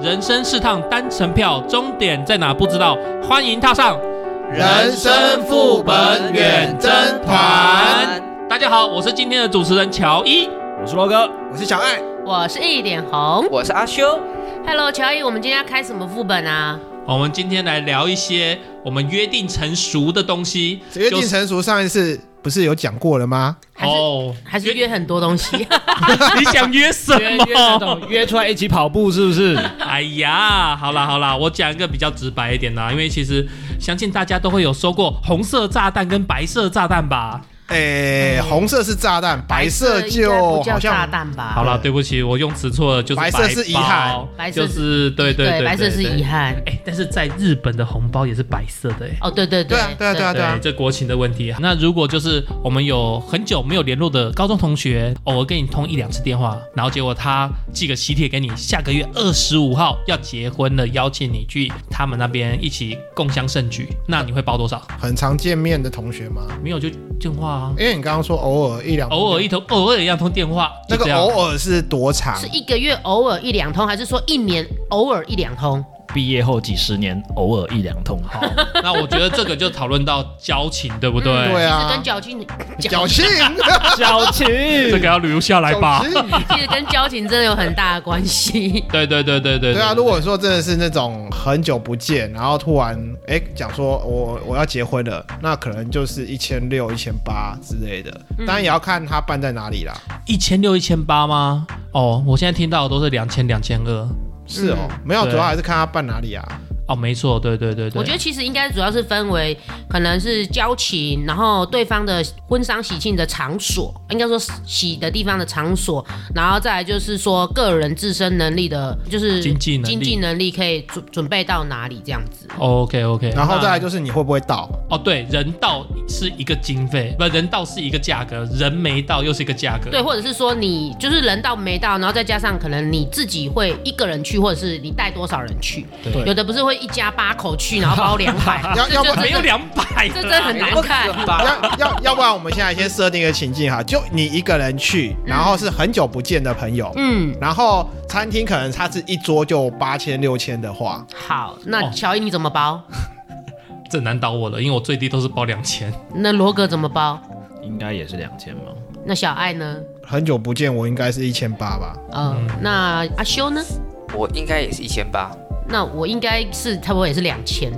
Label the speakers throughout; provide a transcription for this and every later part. Speaker 1: 人生是趟单程票，终点在哪不知道，欢迎踏上。
Speaker 2: 人生副本远征团，
Speaker 1: 大家好，我是今天的主持人乔伊。
Speaker 3: 我是罗哥，
Speaker 2: 我是小爱。
Speaker 4: 我是一点红。
Speaker 5: 我是阿修，
Speaker 4: Hello，乔伊，我们今天要开什么副本啊？
Speaker 1: 我们今天来聊一些我们约定成熟的东西，
Speaker 2: 约定成熟上一次不是有讲过了吗？
Speaker 4: 还是
Speaker 1: 哦，
Speaker 4: 还是约很多东 西，
Speaker 1: 你想约什
Speaker 3: 约约那
Speaker 1: 么？
Speaker 3: 种约出来一起跑步是不是？
Speaker 1: 哎呀，好啦好啦，我讲一个比较直白一点啦，因为其实相信大家都会有收过红色炸弹跟白色炸弹
Speaker 3: 啊
Speaker 1: 吧。
Speaker 2: 诶、哎红色是炸弹，白色
Speaker 4: 应该
Speaker 2: 就
Speaker 4: 不叫
Speaker 2: 好
Speaker 4: 炸
Speaker 2: 像
Speaker 4: 弹吧？
Speaker 1: 好啦，对不起，我用词错了，就是
Speaker 2: 白色
Speaker 1: 包
Speaker 2: 是遗憾
Speaker 4: 白色
Speaker 1: 就是是对对对，
Speaker 4: 白色是遗
Speaker 1: 憾。
Speaker 4: 憾。
Speaker 1: 哎，但是在日本的红包也是白色的哎。
Speaker 4: 哦，对对
Speaker 2: 对啊对啊对啊
Speaker 1: 对这国情的问题。那如果就是我们有很久没有联络的高中同学，偶尔跟你通一两次电话，然后结果他寄个喜帖给你，下个月二十五号要结婚了，邀请你去他们那边一起共襄盛举，那你会包多少？
Speaker 2: 很常见面的同学吗？哎
Speaker 1: 没有就电话啊，
Speaker 2: 因为你刚刚说偶尔一两，
Speaker 1: 偶尔一通，偶尔一两通电话，
Speaker 2: 那
Speaker 1: 就
Speaker 2: 个
Speaker 1: 这样
Speaker 2: 偶尔是多长？
Speaker 4: 是一个月偶尔一两通，还是说一年偶尔一两通？
Speaker 3: 毕业后几十年，偶尔一两通。
Speaker 1: 好，那我觉得这个就讨论到交情，对不对？
Speaker 4: 嗯
Speaker 2: 对啊
Speaker 4: 其实跟矫情，
Speaker 2: 侥幸，
Speaker 3: 小晴，
Speaker 1: 这个要留下来吧。
Speaker 2: 侥幸
Speaker 4: 其实跟交情真的有很大的关系。
Speaker 1: 对对对对对
Speaker 2: 对啊，如果说真的是那种很久不见，然后突然哎讲说我我要结婚了，那可能就是一千六、一千八之类的，当然也要看他办在哪里啦。
Speaker 1: 一千六、一千八吗？哦，我现在听到的都是两千、两千二。
Speaker 2: 是哦，没有，
Speaker 1: 对
Speaker 2: 主要还是看他办哪里啊。
Speaker 1: 哦，没错，对对对对，啊
Speaker 4: 我觉得其实应该主要是分为可能是交情，然后对方的婚丧喜庆的场所，应该说喜的地方的场所，然后再来就是说个人自身能力的，就是
Speaker 1: 经济能力
Speaker 4: 经济能力可以准准备到哪里这样子。
Speaker 1: OK OK，
Speaker 2: 然后再来就是你会不会到？，
Speaker 1: 哦，对，人到是一个经费，不，人到是一个价格，人没到又是一个价格。
Speaker 4: 对，或者是说你就是人到没到，然后再加上可能你自己会一个人去，或者是你带多少人去，
Speaker 3: 对
Speaker 4: 有的不是会一家八口去，然后包两 百
Speaker 2: 要
Speaker 4: 这
Speaker 2: 要
Speaker 4: 就
Speaker 2: 不
Speaker 1: 没有两百，
Speaker 4: 这真 的很难看。
Speaker 5: 吧？
Speaker 2: 要要要不然我们现在先设定一个情境哈，就你一个人去，然后是很久不见的朋友，
Speaker 4: 嗯，
Speaker 2: 然后餐厅可能它是一桌就八千六千的话，
Speaker 4: 好，那
Speaker 1: 哦
Speaker 4: 乔伊你怎么包？
Speaker 1: 这难倒我了，因为我最低都是包两千。
Speaker 4: 那罗格怎么包？
Speaker 3: 应该也是两千吧？
Speaker 4: 那小爱呢？
Speaker 2: 很久不见我应该是一千八吧。
Speaker 4: 嗯，那阿修呢？
Speaker 5: 我应该也是一千八，
Speaker 4: 那我应该是差不多也是两千，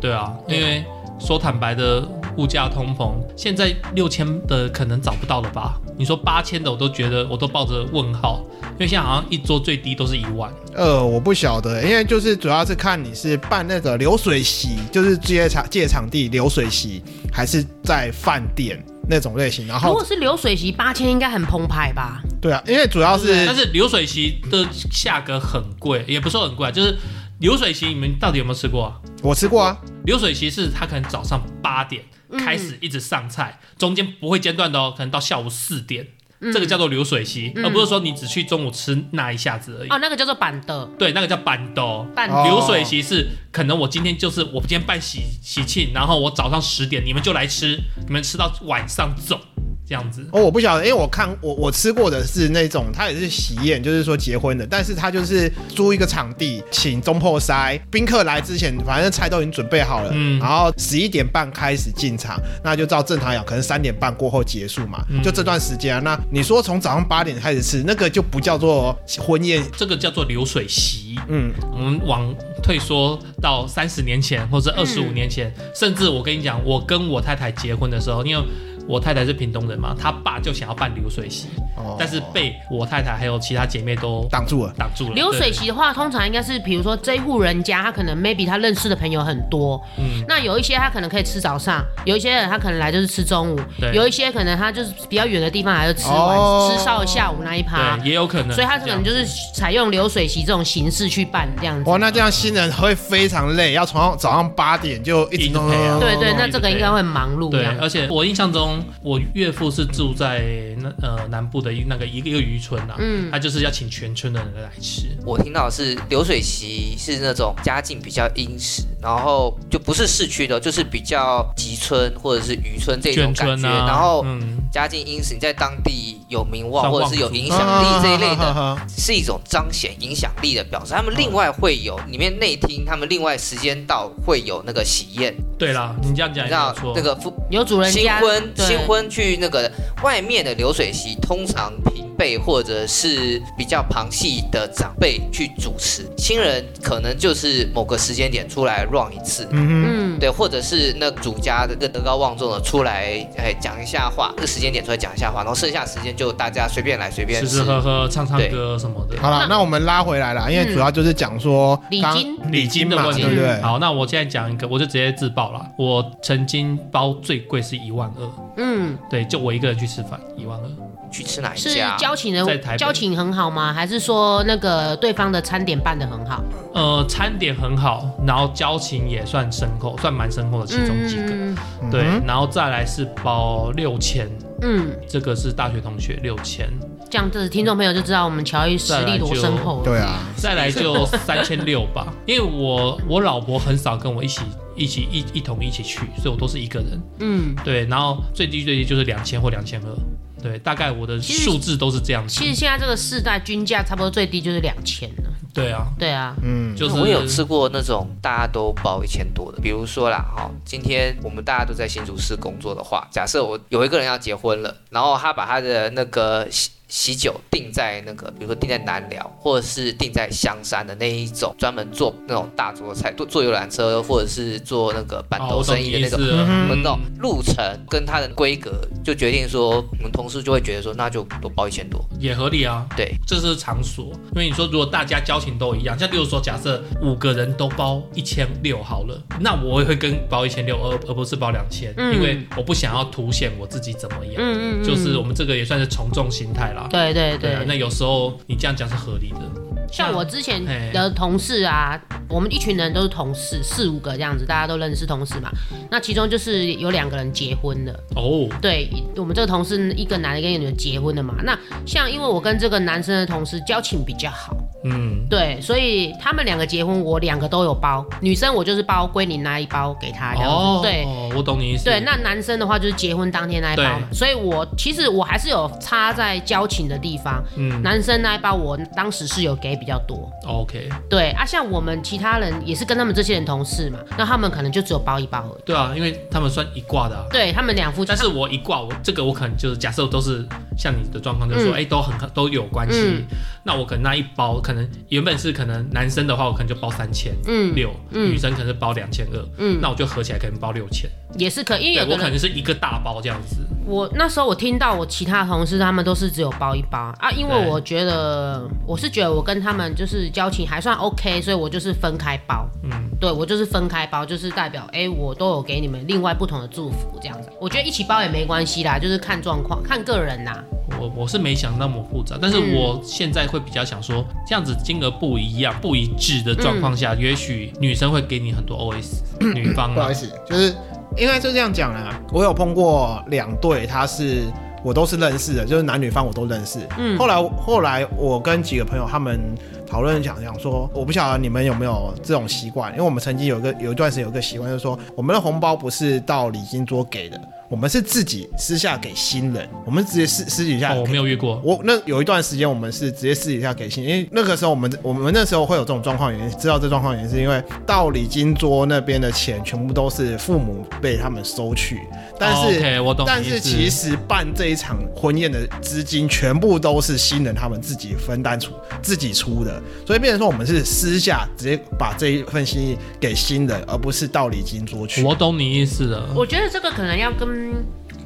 Speaker 1: 对啊，因为说坦白的，物价通膨，现在六千的可能找不到了吧？你说八千的，我都觉得我都抱着问号，因为现在好像一桌最低都是一万。
Speaker 2: 呃，我不晓得，因为就是主要是看你是办那个流水席，就是借场借场地流水席，还是在饭店那种类型。然
Speaker 4: 如果
Speaker 2: 后
Speaker 4: 是流水席八千，应该很澎湃吧？
Speaker 2: 对啊，因为主要
Speaker 1: 嗯但
Speaker 2: 是
Speaker 1: 是流水席的价格很贵，也不是说很贵，啊，就是流水席，你们到底有没有吃过、啊？
Speaker 2: 我吃过啊，
Speaker 1: 流水席是它可能早上八点开始一直上菜，中间不会间断的哦，可能到下午四点，这个叫做流水席，而不是说你只去中午吃那一下子而已。
Speaker 4: 哦，那个叫做板的
Speaker 1: 对，那个叫板豆。
Speaker 4: 板
Speaker 2: 哦
Speaker 1: 流水席是可能我今天就是我今天办喜喜庆，然后我早上十点你们就来吃，你们吃到晚上走，这样子。
Speaker 2: 哦，我不晓得，因为我看我我吃过的是那种，它也是喜宴，就是说结婚的，但是它就是租一个场地，请中破塞宾客来之前，反正菜都已经准备好了，
Speaker 1: 嗯
Speaker 2: 然后十一点半开始进场，那就照正常讲，可能三点半过后结束嘛，
Speaker 1: 嗯
Speaker 2: 就这段时间啊。那你说从早上八点开始吃，那个就不叫做婚宴，
Speaker 1: 这个叫做流水席。
Speaker 2: 嗯，
Speaker 1: 我们往退缩到三十年前，
Speaker 4: 嗯
Speaker 1: 或者二十五年前，甚至我跟你讲，我跟我太太结婚的时候，因为我太太是屏东人嘛，她爸就想要办流水席，
Speaker 2: 哦
Speaker 1: 但是被我太太还有其他姐妹都
Speaker 2: 挡住了。
Speaker 1: 挡住了。
Speaker 4: 流水
Speaker 1: 对
Speaker 4: 席的话，通常应该是比如说这一户人家，他可能 maybe 他认识的朋友很多，
Speaker 1: 嗯
Speaker 4: 那有一些他可能可以吃早上，有一些人他可能来就是吃中午
Speaker 1: 对，
Speaker 4: 有一些可能他就是比较远的地方来就吃晚、
Speaker 2: 哦
Speaker 4: 吃到下午那一趴
Speaker 1: 对，，也有可能，
Speaker 4: 啊所以他可能就是采用流水席这种形式去办这样子。
Speaker 2: 哇，那这样新人会非常累，要从早上八点就一直弄
Speaker 1: 一直陪啊
Speaker 4: 对对，那
Speaker 1: 一直
Speaker 4: 这个应该会很忙碌
Speaker 1: 对
Speaker 4: 这样。，
Speaker 1: 而且我印象中，我岳父是住在那呃南部的一那个一个一个渔村啊，
Speaker 4: 嗯
Speaker 1: 他就是要请全村的人来吃，
Speaker 5: 我听到的是流水席是那种家境比较殷实，然后就不是市区的，就是比较集村或者是渔村这种
Speaker 1: 眷
Speaker 5: 感
Speaker 1: 村
Speaker 5: 觉，
Speaker 1: 啊，
Speaker 5: 然后
Speaker 1: 嗯，
Speaker 5: 家境殷实，你在当地有名望
Speaker 1: 像
Speaker 5: 或者
Speaker 1: 望
Speaker 5: 是有
Speaker 1: 族
Speaker 5: 影响力这一类的，
Speaker 2: 的，
Speaker 5: 是一种彰显影响力的表示。他们另外会有里面内厅，他们另外时间到会有那个喜宴，
Speaker 1: 对啦，你这样讲也
Speaker 5: 你知
Speaker 1: 啊没有错。
Speaker 5: 道那个夫
Speaker 4: 有主人
Speaker 5: 新
Speaker 4: 家
Speaker 5: 婚
Speaker 4: 对
Speaker 5: 新婚去那个外面的流水席，通常平辈或者是比较旁系的长辈去主持，新人可能就是某个时间点出来 run 一次。
Speaker 2: 嗯
Speaker 4: 嗯，
Speaker 5: 对，或者是那主家的更德高望重的出来，哎，讲一下话，这个时间点出来讲一下话，然后剩下时间就大家随便来随便
Speaker 1: 吃吃喝喝、唱唱
Speaker 5: 对
Speaker 1: 歌什么的
Speaker 2: 哼，。好了，那我们拉回来啦，因为主要就是讲说
Speaker 4: 嗯礼
Speaker 2: 刚
Speaker 4: 金
Speaker 2: 礼金嘛，
Speaker 1: 问题
Speaker 2: 对不对？
Speaker 1: 好，那我现在讲一个，我就直接自爆了。我曾经包最贵是一万二，
Speaker 4: 嗯，哼
Speaker 1: 对，就我一个人去吃饭，一万二。
Speaker 5: 去吃哪一
Speaker 4: 是
Speaker 5: 家？
Speaker 4: 交情
Speaker 1: 在台
Speaker 4: 的
Speaker 1: 北
Speaker 4: 交情很好吗？还是说那个对方的餐点办的很好？
Speaker 1: 呃，餐点很好，然后交情也算深厚，算蛮深厚的其中几个。
Speaker 4: 嗯
Speaker 1: 对
Speaker 2: 嗯，
Speaker 1: 然后再来是包六千，
Speaker 4: 嗯，
Speaker 1: 这个是大学同学六千，
Speaker 4: 这样子听众朋友就知道我们乔伊实力多深厚了。
Speaker 2: 对啊，
Speaker 1: 再来就三千六 吧。因为我我老婆很少跟我一起一起一一同一起去，所以我都是一个人。
Speaker 4: 嗯，
Speaker 1: 对，然后最低最低就是两千或两千二，对，大概我的
Speaker 4: 其实
Speaker 1: 数字都是这样子
Speaker 4: 其。实现在这个世代均价差不多最低就是两千了。
Speaker 1: 对啊，
Speaker 4: 对啊，
Speaker 2: 嗯，
Speaker 1: 就是
Speaker 5: 我有吃过那种大家都报一千多的，比如说啦，哈、今天我们大家都在新竹市工作的话，假设我有一个人要结婚了，然后他把他的那个喜喜酒定在那个，比如说定在南寮，或者是定在香山的那一种，专门做那种大桌菜，坐坐游览车或者是做那个板
Speaker 1: 哦
Speaker 5: 头
Speaker 1: 我懂
Speaker 5: 生意的
Speaker 1: 你
Speaker 5: 那
Speaker 1: 意
Speaker 5: 种
Speaker 1: 思。了
Speaker 5: 我
Speaker 2: 嗯
Speaker 5: 们那种路程跟它的规格，就决定说，我们同事就会觉得说，那就多报一千多。
Speaker 1: 也合理啊。
Speaker 5: 对，
Speaker 1: 这是场所，因为你说如果大家交情都一样，像例如说，假设五个人都包一千六好了，那我也会跟包一千六，而而不是包两千、
Speaker 4: 嗯
Speaker 1: 因为我不想要凸显我自己怎么样，
Speaker 4: 嗯嗯嗯，
Speaker 1: 就是我们这个也算是从众心态啦。
Speaker 4: 对对
Speaker 1: 对啊
Speaker 4: 对，，
Speaker 1: 那有时候你这样讲是合理的。
Speaker 4: 像我之前的同事啊，我们一群人都是同事，四五个这样子，大家都认识同事嘛。那其中就是有两个人结婚了，
Speaker 1: 哦，
Speaker 4: 对我们这个同事一个男的跟一个女的结婚了嘛。那像因为我跟这个男生的同事交情比较好，
Speaker 1: 嗯，
Speaker 4: 对，所以他们两个结婚，我两个都有包。女生我就是包归零那一包给他
Speaker 1: 哦
Speaker 4: 这样子，对。，
Speaker 1: 我懂你意思。
Speaker 4: 对，那男生的话就是结婚当天那一包嘛，所以我其实我还是有差在交情的地方。
Speaker 1: 嗯
Speaker 4: 男生那一包我当时是有给比较多，
Speaker 1: 哦，OK，
Speaker 4: 对啊，像我们其他人也是跟他们这些人同事嘛，那他们可能就只有包一包而已。
Speaker 1: 对啊，因为他们算一挂的、啊。
Speaker 4: 对他们两夫妻，
Speaker 1: 但是我一挂，我这个我可能就是假设都是像你的状况，就是说，
Speaker 4: 嗯
Speaker 1: 哎、都很都有关系。
Speaker 4: 嗯
Speaker 1: 那我可能那一包，可能原本是可能男生的话，我可能就包三千
Speaker 4: 嗯，
Speaker 1: 六，
Speaker 4: 嗯
Speaker 1: 女生可能是包两千二，
Speaker 4: 嗯
Speaker 1: 那我就合起来可能包六千。
Speaker 4: 也是可以，因为
Speaker 1: 对
Speaker 4: 有
Speaker 1: 我
Speaker 4: 的
Speaker 1: 可
Speaker 4: 人
Speaker 1: 能是一个大包这样子。
Speaker 4: 我那时候我听到我其他同事他们都是只有包一包啊，因为
Speaker 1: 对
Speaker 4: 我觉得我是觉得我跟他们就是交情还算 OK，所以我就是分开包。
Speaker 1: 嗯，
Speaker 4: 对我就是分开包，就是代表哎、我都有给你们另外不同的祝福这样子。我觉得一起包也没关系啦，就是看状况，看个人啦。
Speaker 1: 我我是没想那么复杂，但是
Speaker 4: 嗯
Speaker 1: 我现在会比较想说，这样子金额不一样、不一致的状
Speaker 2: 嗯
Speaker 1: 况下，也许女生会给你很多 OS，女方
Speaker 2: 不好
Speaker 1: 啊
Speaker 2: 意，思，就是应该就这样讲啦。我有碰过两对，他是我都是认识的，就是男女方我都认识。
Speaker 4: 嗯
Speaker 2: 后来后来我跟几个朋友他们讨论讲讲说，我不晓得你们有没有这种习惯，因为我们曾经有一个有一段时间有一个习惯，就是说我们的红包不是到礼金桌给的，我们是自己私下给新人，我们直接私私底下
Speaker 1: 哦，我没有遇过。
Speaker 2: 我那有一段时间，我们是直接私底下给信，因为那个时候我们我们那时候会有这种状况，原因知道这状况原因是因为到礼金桌那边的钱全部都是父母被他们收去，但
Speaker 1: 哦
Speaker 2: 是、
Speaker 1: OK，我懂你
Speaker 2: 但
Speaker 1: 意
Speaker 2: 是
Speaker 1: 思
Speaker 2: 其实办这一场婚宴的资金全部都是新人他们自己分担出自己出的，所以变成说我们是私下直接把这一份心意给新人，而不是到礼金桌去。
Speaker 1: 我懂你意思了。
Speaker 4: 我觉得这个可能要跟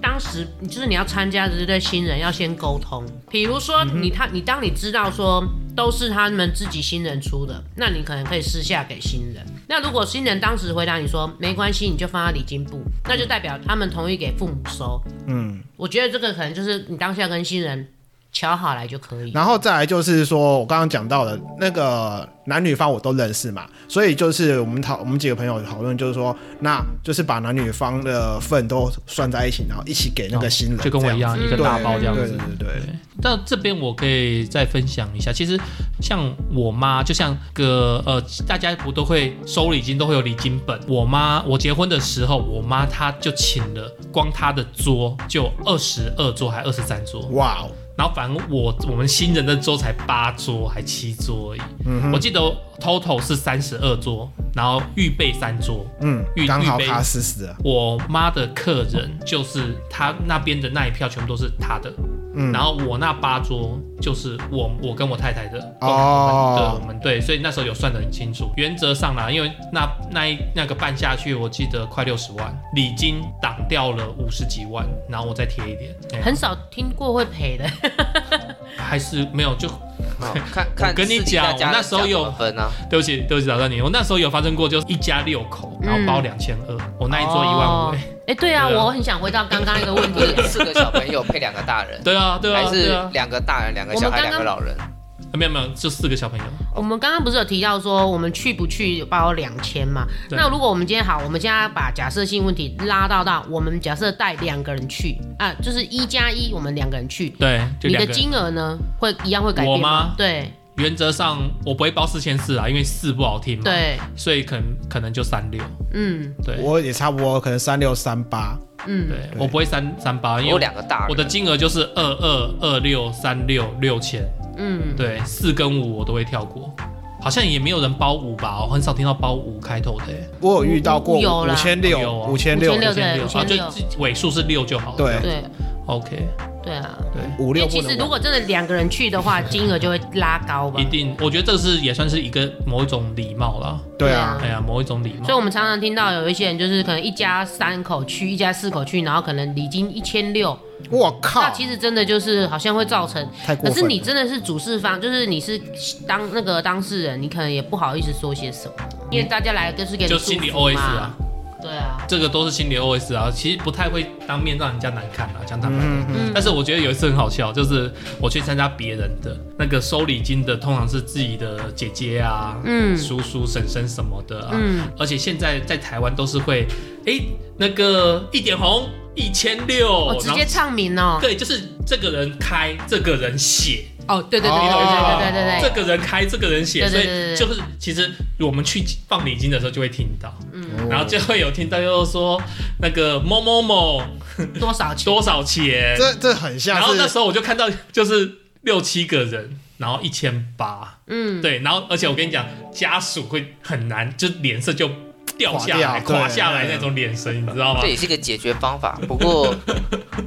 Speaker 4: 当时就是你要参加的这对新人要先沟通，比如
Speaker 1: 嗯
Speaker 4: 说你他你当你知道说都是他们自己新人出的，那你可能可以私下给新人。那如果新人当时回答你说没关系，你就放在礼金部，那就代表他们同意给父母收。
Speaker 2: 嗯。
Speaker 4: 我觉得这个可能就是你当下跟新人瞧好来就可以。
Speaker 2: 然后再来就是说，我刚刚讲到的那个男女方我都认识嘛，所以就是我们讨我们几个朋友讨论，就是说，那就是把男女方的份都算在一起，然后一起给那个新人，
Speaker 1: 哦就跟我一样，
Speaker 4: 这样
Speaker 1: 一
Speaker 4: 子
Speaker 1: 个大包这样
Speaker 2: 对
Speaker 1: 子
Speaker 2: 对。对对，
Speaker 1: 但这边我可以再分享一下，其实像我妈，就像个呃，大家不都会收礼金，都会有礼金本。我妈，我结婚的时候，我妈她就请了，光她的桌就二十二桌还二十三桌，
Speaker 2: 哇哦，
Speaker 1: 然后反正我我们新人的桌才八桌还七桌而已。
Speaker 2: 嗯
Speaker 1: 我记得 total 是三十二桌，然后预备三桌。
Speaker 2: 嗯
Speaker 1: 预，
Speaker 2: 刚好
Speaker 1: 预备
Speaker 2: 卡死死了，
Speaker 1: 我妈的客人就是她那边的那一票，全部都是她的。
Speaker 2: 嗯，
Speaker 1: 然后我那八桌就是我我跟我太太的共同的，
Speaker 2: 哦
Speaker 1: 我们对，所以那时候有算得很清楚。原则上啦，因为那那一那个办下去，我记得快六十万，礼金挡掉了五十几万，然后我再贴一点，哎
Speaker 4: 很少听过会赔的。
Speaker 1: 还是没有就
Speaker 5: 哦看看
Speaker 1: 跟你
Speaker 5: 私底下
Speaker 1: 讲
Speaker 5: 家
Speaker 1: 我那
Speaker 5: 人
Speaker 1: 时候
Speaker 5: 讲怎
Speaker 1: 有
Speaker 5: 么分啊，
Speaker 1: 对不起对不起打断你，我那时候有发生过，就是一家六口，然后包两千二，我那一桌一万五、
Speaker 4: 哦
Speaker 1: 哎
Speaker 4: 哎，对啊，
Speaker 1: 对啊
Speaker 4: 我很想回到刚刚那个问题。
Speaker 5: 四个小朋友配两个大人，
Speaker 1: 对啊对啊
Speaker 5: 还
Speaker 1: 对
Speaker 5: 是
Speaker 1: 啊，
Speaker 5: 两个大人、两个
Speaker 4: 我
Speaker 5: 小
Speaker 4: 们
Speaker 5: 孩、
Speaker 4: 刚
Speaker 5: 两
Speaker 4: 刚
Speaker 5: 个老人？
Speaker 1: 没有没有，就四个小朋友，
Speaker 4: 我们刚刚不是有提到说我们去不去包两千嘛？
Speaker 1: 对
Speaker 4: 那如果我们今天好，我们现在把假设性问题拉到到我们假设带两个人去啊，就是一加一，我们两个人去，
Speaker 1: 对，就
Speaker 4: 你
Speaker 1: 两
Speaker 4: 的
Speaker 1: 个人。
Speaker 4: 金额呢会一样会改变
Speaker 1: 我吗
Speaker 4: 对
Speaker 1: 原则上我不会包四千四啊，因为四不好听嘛，，
Speaker 4: 对，
Speaker 1: 所以可能可能就三六，
Speaker 4: 嗯
Speaker 1: 对。
Speaker 2: 我也差不多，可能三六三八，
Speaker 4: 嗯，
Speaker 1: 对
Speaker 2: 对
Speaker 1: 我不会三三八，因
Speaker 5: 我
Speaker 1: 为
Speaker 5: 两个大
Speaker 1: 我
Speaker 5: 人，
Speaker 1: 的金额就是二二二六三六六千，
Speaker 4: 嗯，
Speaker 1: 对，四跟五我都会跳过，好像也没有人包五吧，我很少听到包五开头的欸，
Speaker 2: 我有遇到过
Speaker 4: 有啦
Speaker 2: 五千
Speaker 1: 有
Speaker 2: 六，
Speaker 1: 啊
Speaker 2: 五千
Speaker 4: 五
Speaker 2: 六，
Speaker 4: 千对
Speaker 1: 5600
Speaker 4: 5600
Speaker 1: 啊，就尾数是六就好了。
Speaker 2: 对
Speaker 4: 对
Speaker 1: ，OK，
Speaker 4: 对啊。
Speaker 1: 对，
Speaker 2: 五
Speaker 4: 因为
Speaker 2: 六
Speaker 4: 其
Speaker 2: 不
Speaker 4: 实
Speaker 2: 能玩。
Speaker 4: 如果真的两个人去的话，金额就会拉高吧
Speaker 1: 一。定，我觉得这是也算是一个某一种礼貌啦，
Speaker 2: 对啊，
Speaker 1: 哎呀，某一种礼
Speaker 4: 所以
Speaker 1: 貌。
Speaker 4: 我们常常听到有一些人就是可能一家三口去，一家四口去，然后可能礼金一千六，
Speaker 2: 我靠
Speaker 4: 那，其实真的就是好像会造成
Speaker 2: 太过
Speaker 4: 可
Speaker 2: 分了。
Speaker 4: 是你真的是主事方，就是你是当那个当事人，你可能也不好意思说些什么，因为大家来就是给你
Speaker 1: 就
Speaker 4: 祝福
Speaker 1: 心
Speaker 4: 嘛
Speaker 1: 理 OS 啊，
Speaker 4: 对啊，
Speaker 1: 这个都是心理 OS 啊，其实不太会当面让人家难看啊，讲坦白话
Speaker 2: 嗯，嗯嗯
Speaker 4: 嗯，
Speaker 1: 但是我觉得有一次很好笑，就是我去参加别人的那个收礼金的，通常是自己的姐姐啊、
Speaker 4: 嗯
Speaker 1: 叔叔、婶婶什么的啊。
Speaker 4: 嗯
Speaker 1: 而且现在在台湾都是会，哎、那个一点红一千六，
Speaker 4: 我、哦直接
Speaker 1: 哦然后
Speaker 4: 唱名哦，
Speaker 1: 对，就是这个人开，这个人写，
Speaker 4: 哦，对对对对
Speaker 2: 哦
Speaker 4: 对对对
Speaker 1: 这
Speaker 4: 对对，
Speaker 1: 个人开，这个人写，
Speaker 4: 哎对
Speaker 1: 所
Speaker 4: 对
Speaker 1: 以
Speaker 4: 对对对
Speaker 1: 就是其实我们去放礼金的时候就会听到，
Speaker 4: 嗯，
Speaker 1: 然后就会有听到又说那个某某某
Speaker 4: 多少钱？
Speaker 1: 多少钱，
Speaker 2: 这这很像
Speaker 1: 然后那
Speaker 2: 是
Speaker 1: 时候我就看到就是六七个人，然后一千八，
Speaker 4: 嗯，
Speaker 1: 对，然后而且我跟你讲，家属会很难，就脸色就掉下来、
Speaker 2: 垮掉
Speaker 1: 垮下来
Speaker 2: 对
Speaker 1: 那种眼神，你知道吗
Speaker 5: 这？也是一个解决方法。不 过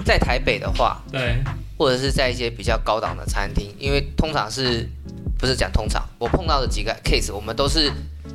Speaker 5: 在台北的话，
Speaker 1: 对，
Speaker 5: 或者是在一些比较高档的餐厅，因为通常是不是讲通常，我碰到的几个 case，我们都是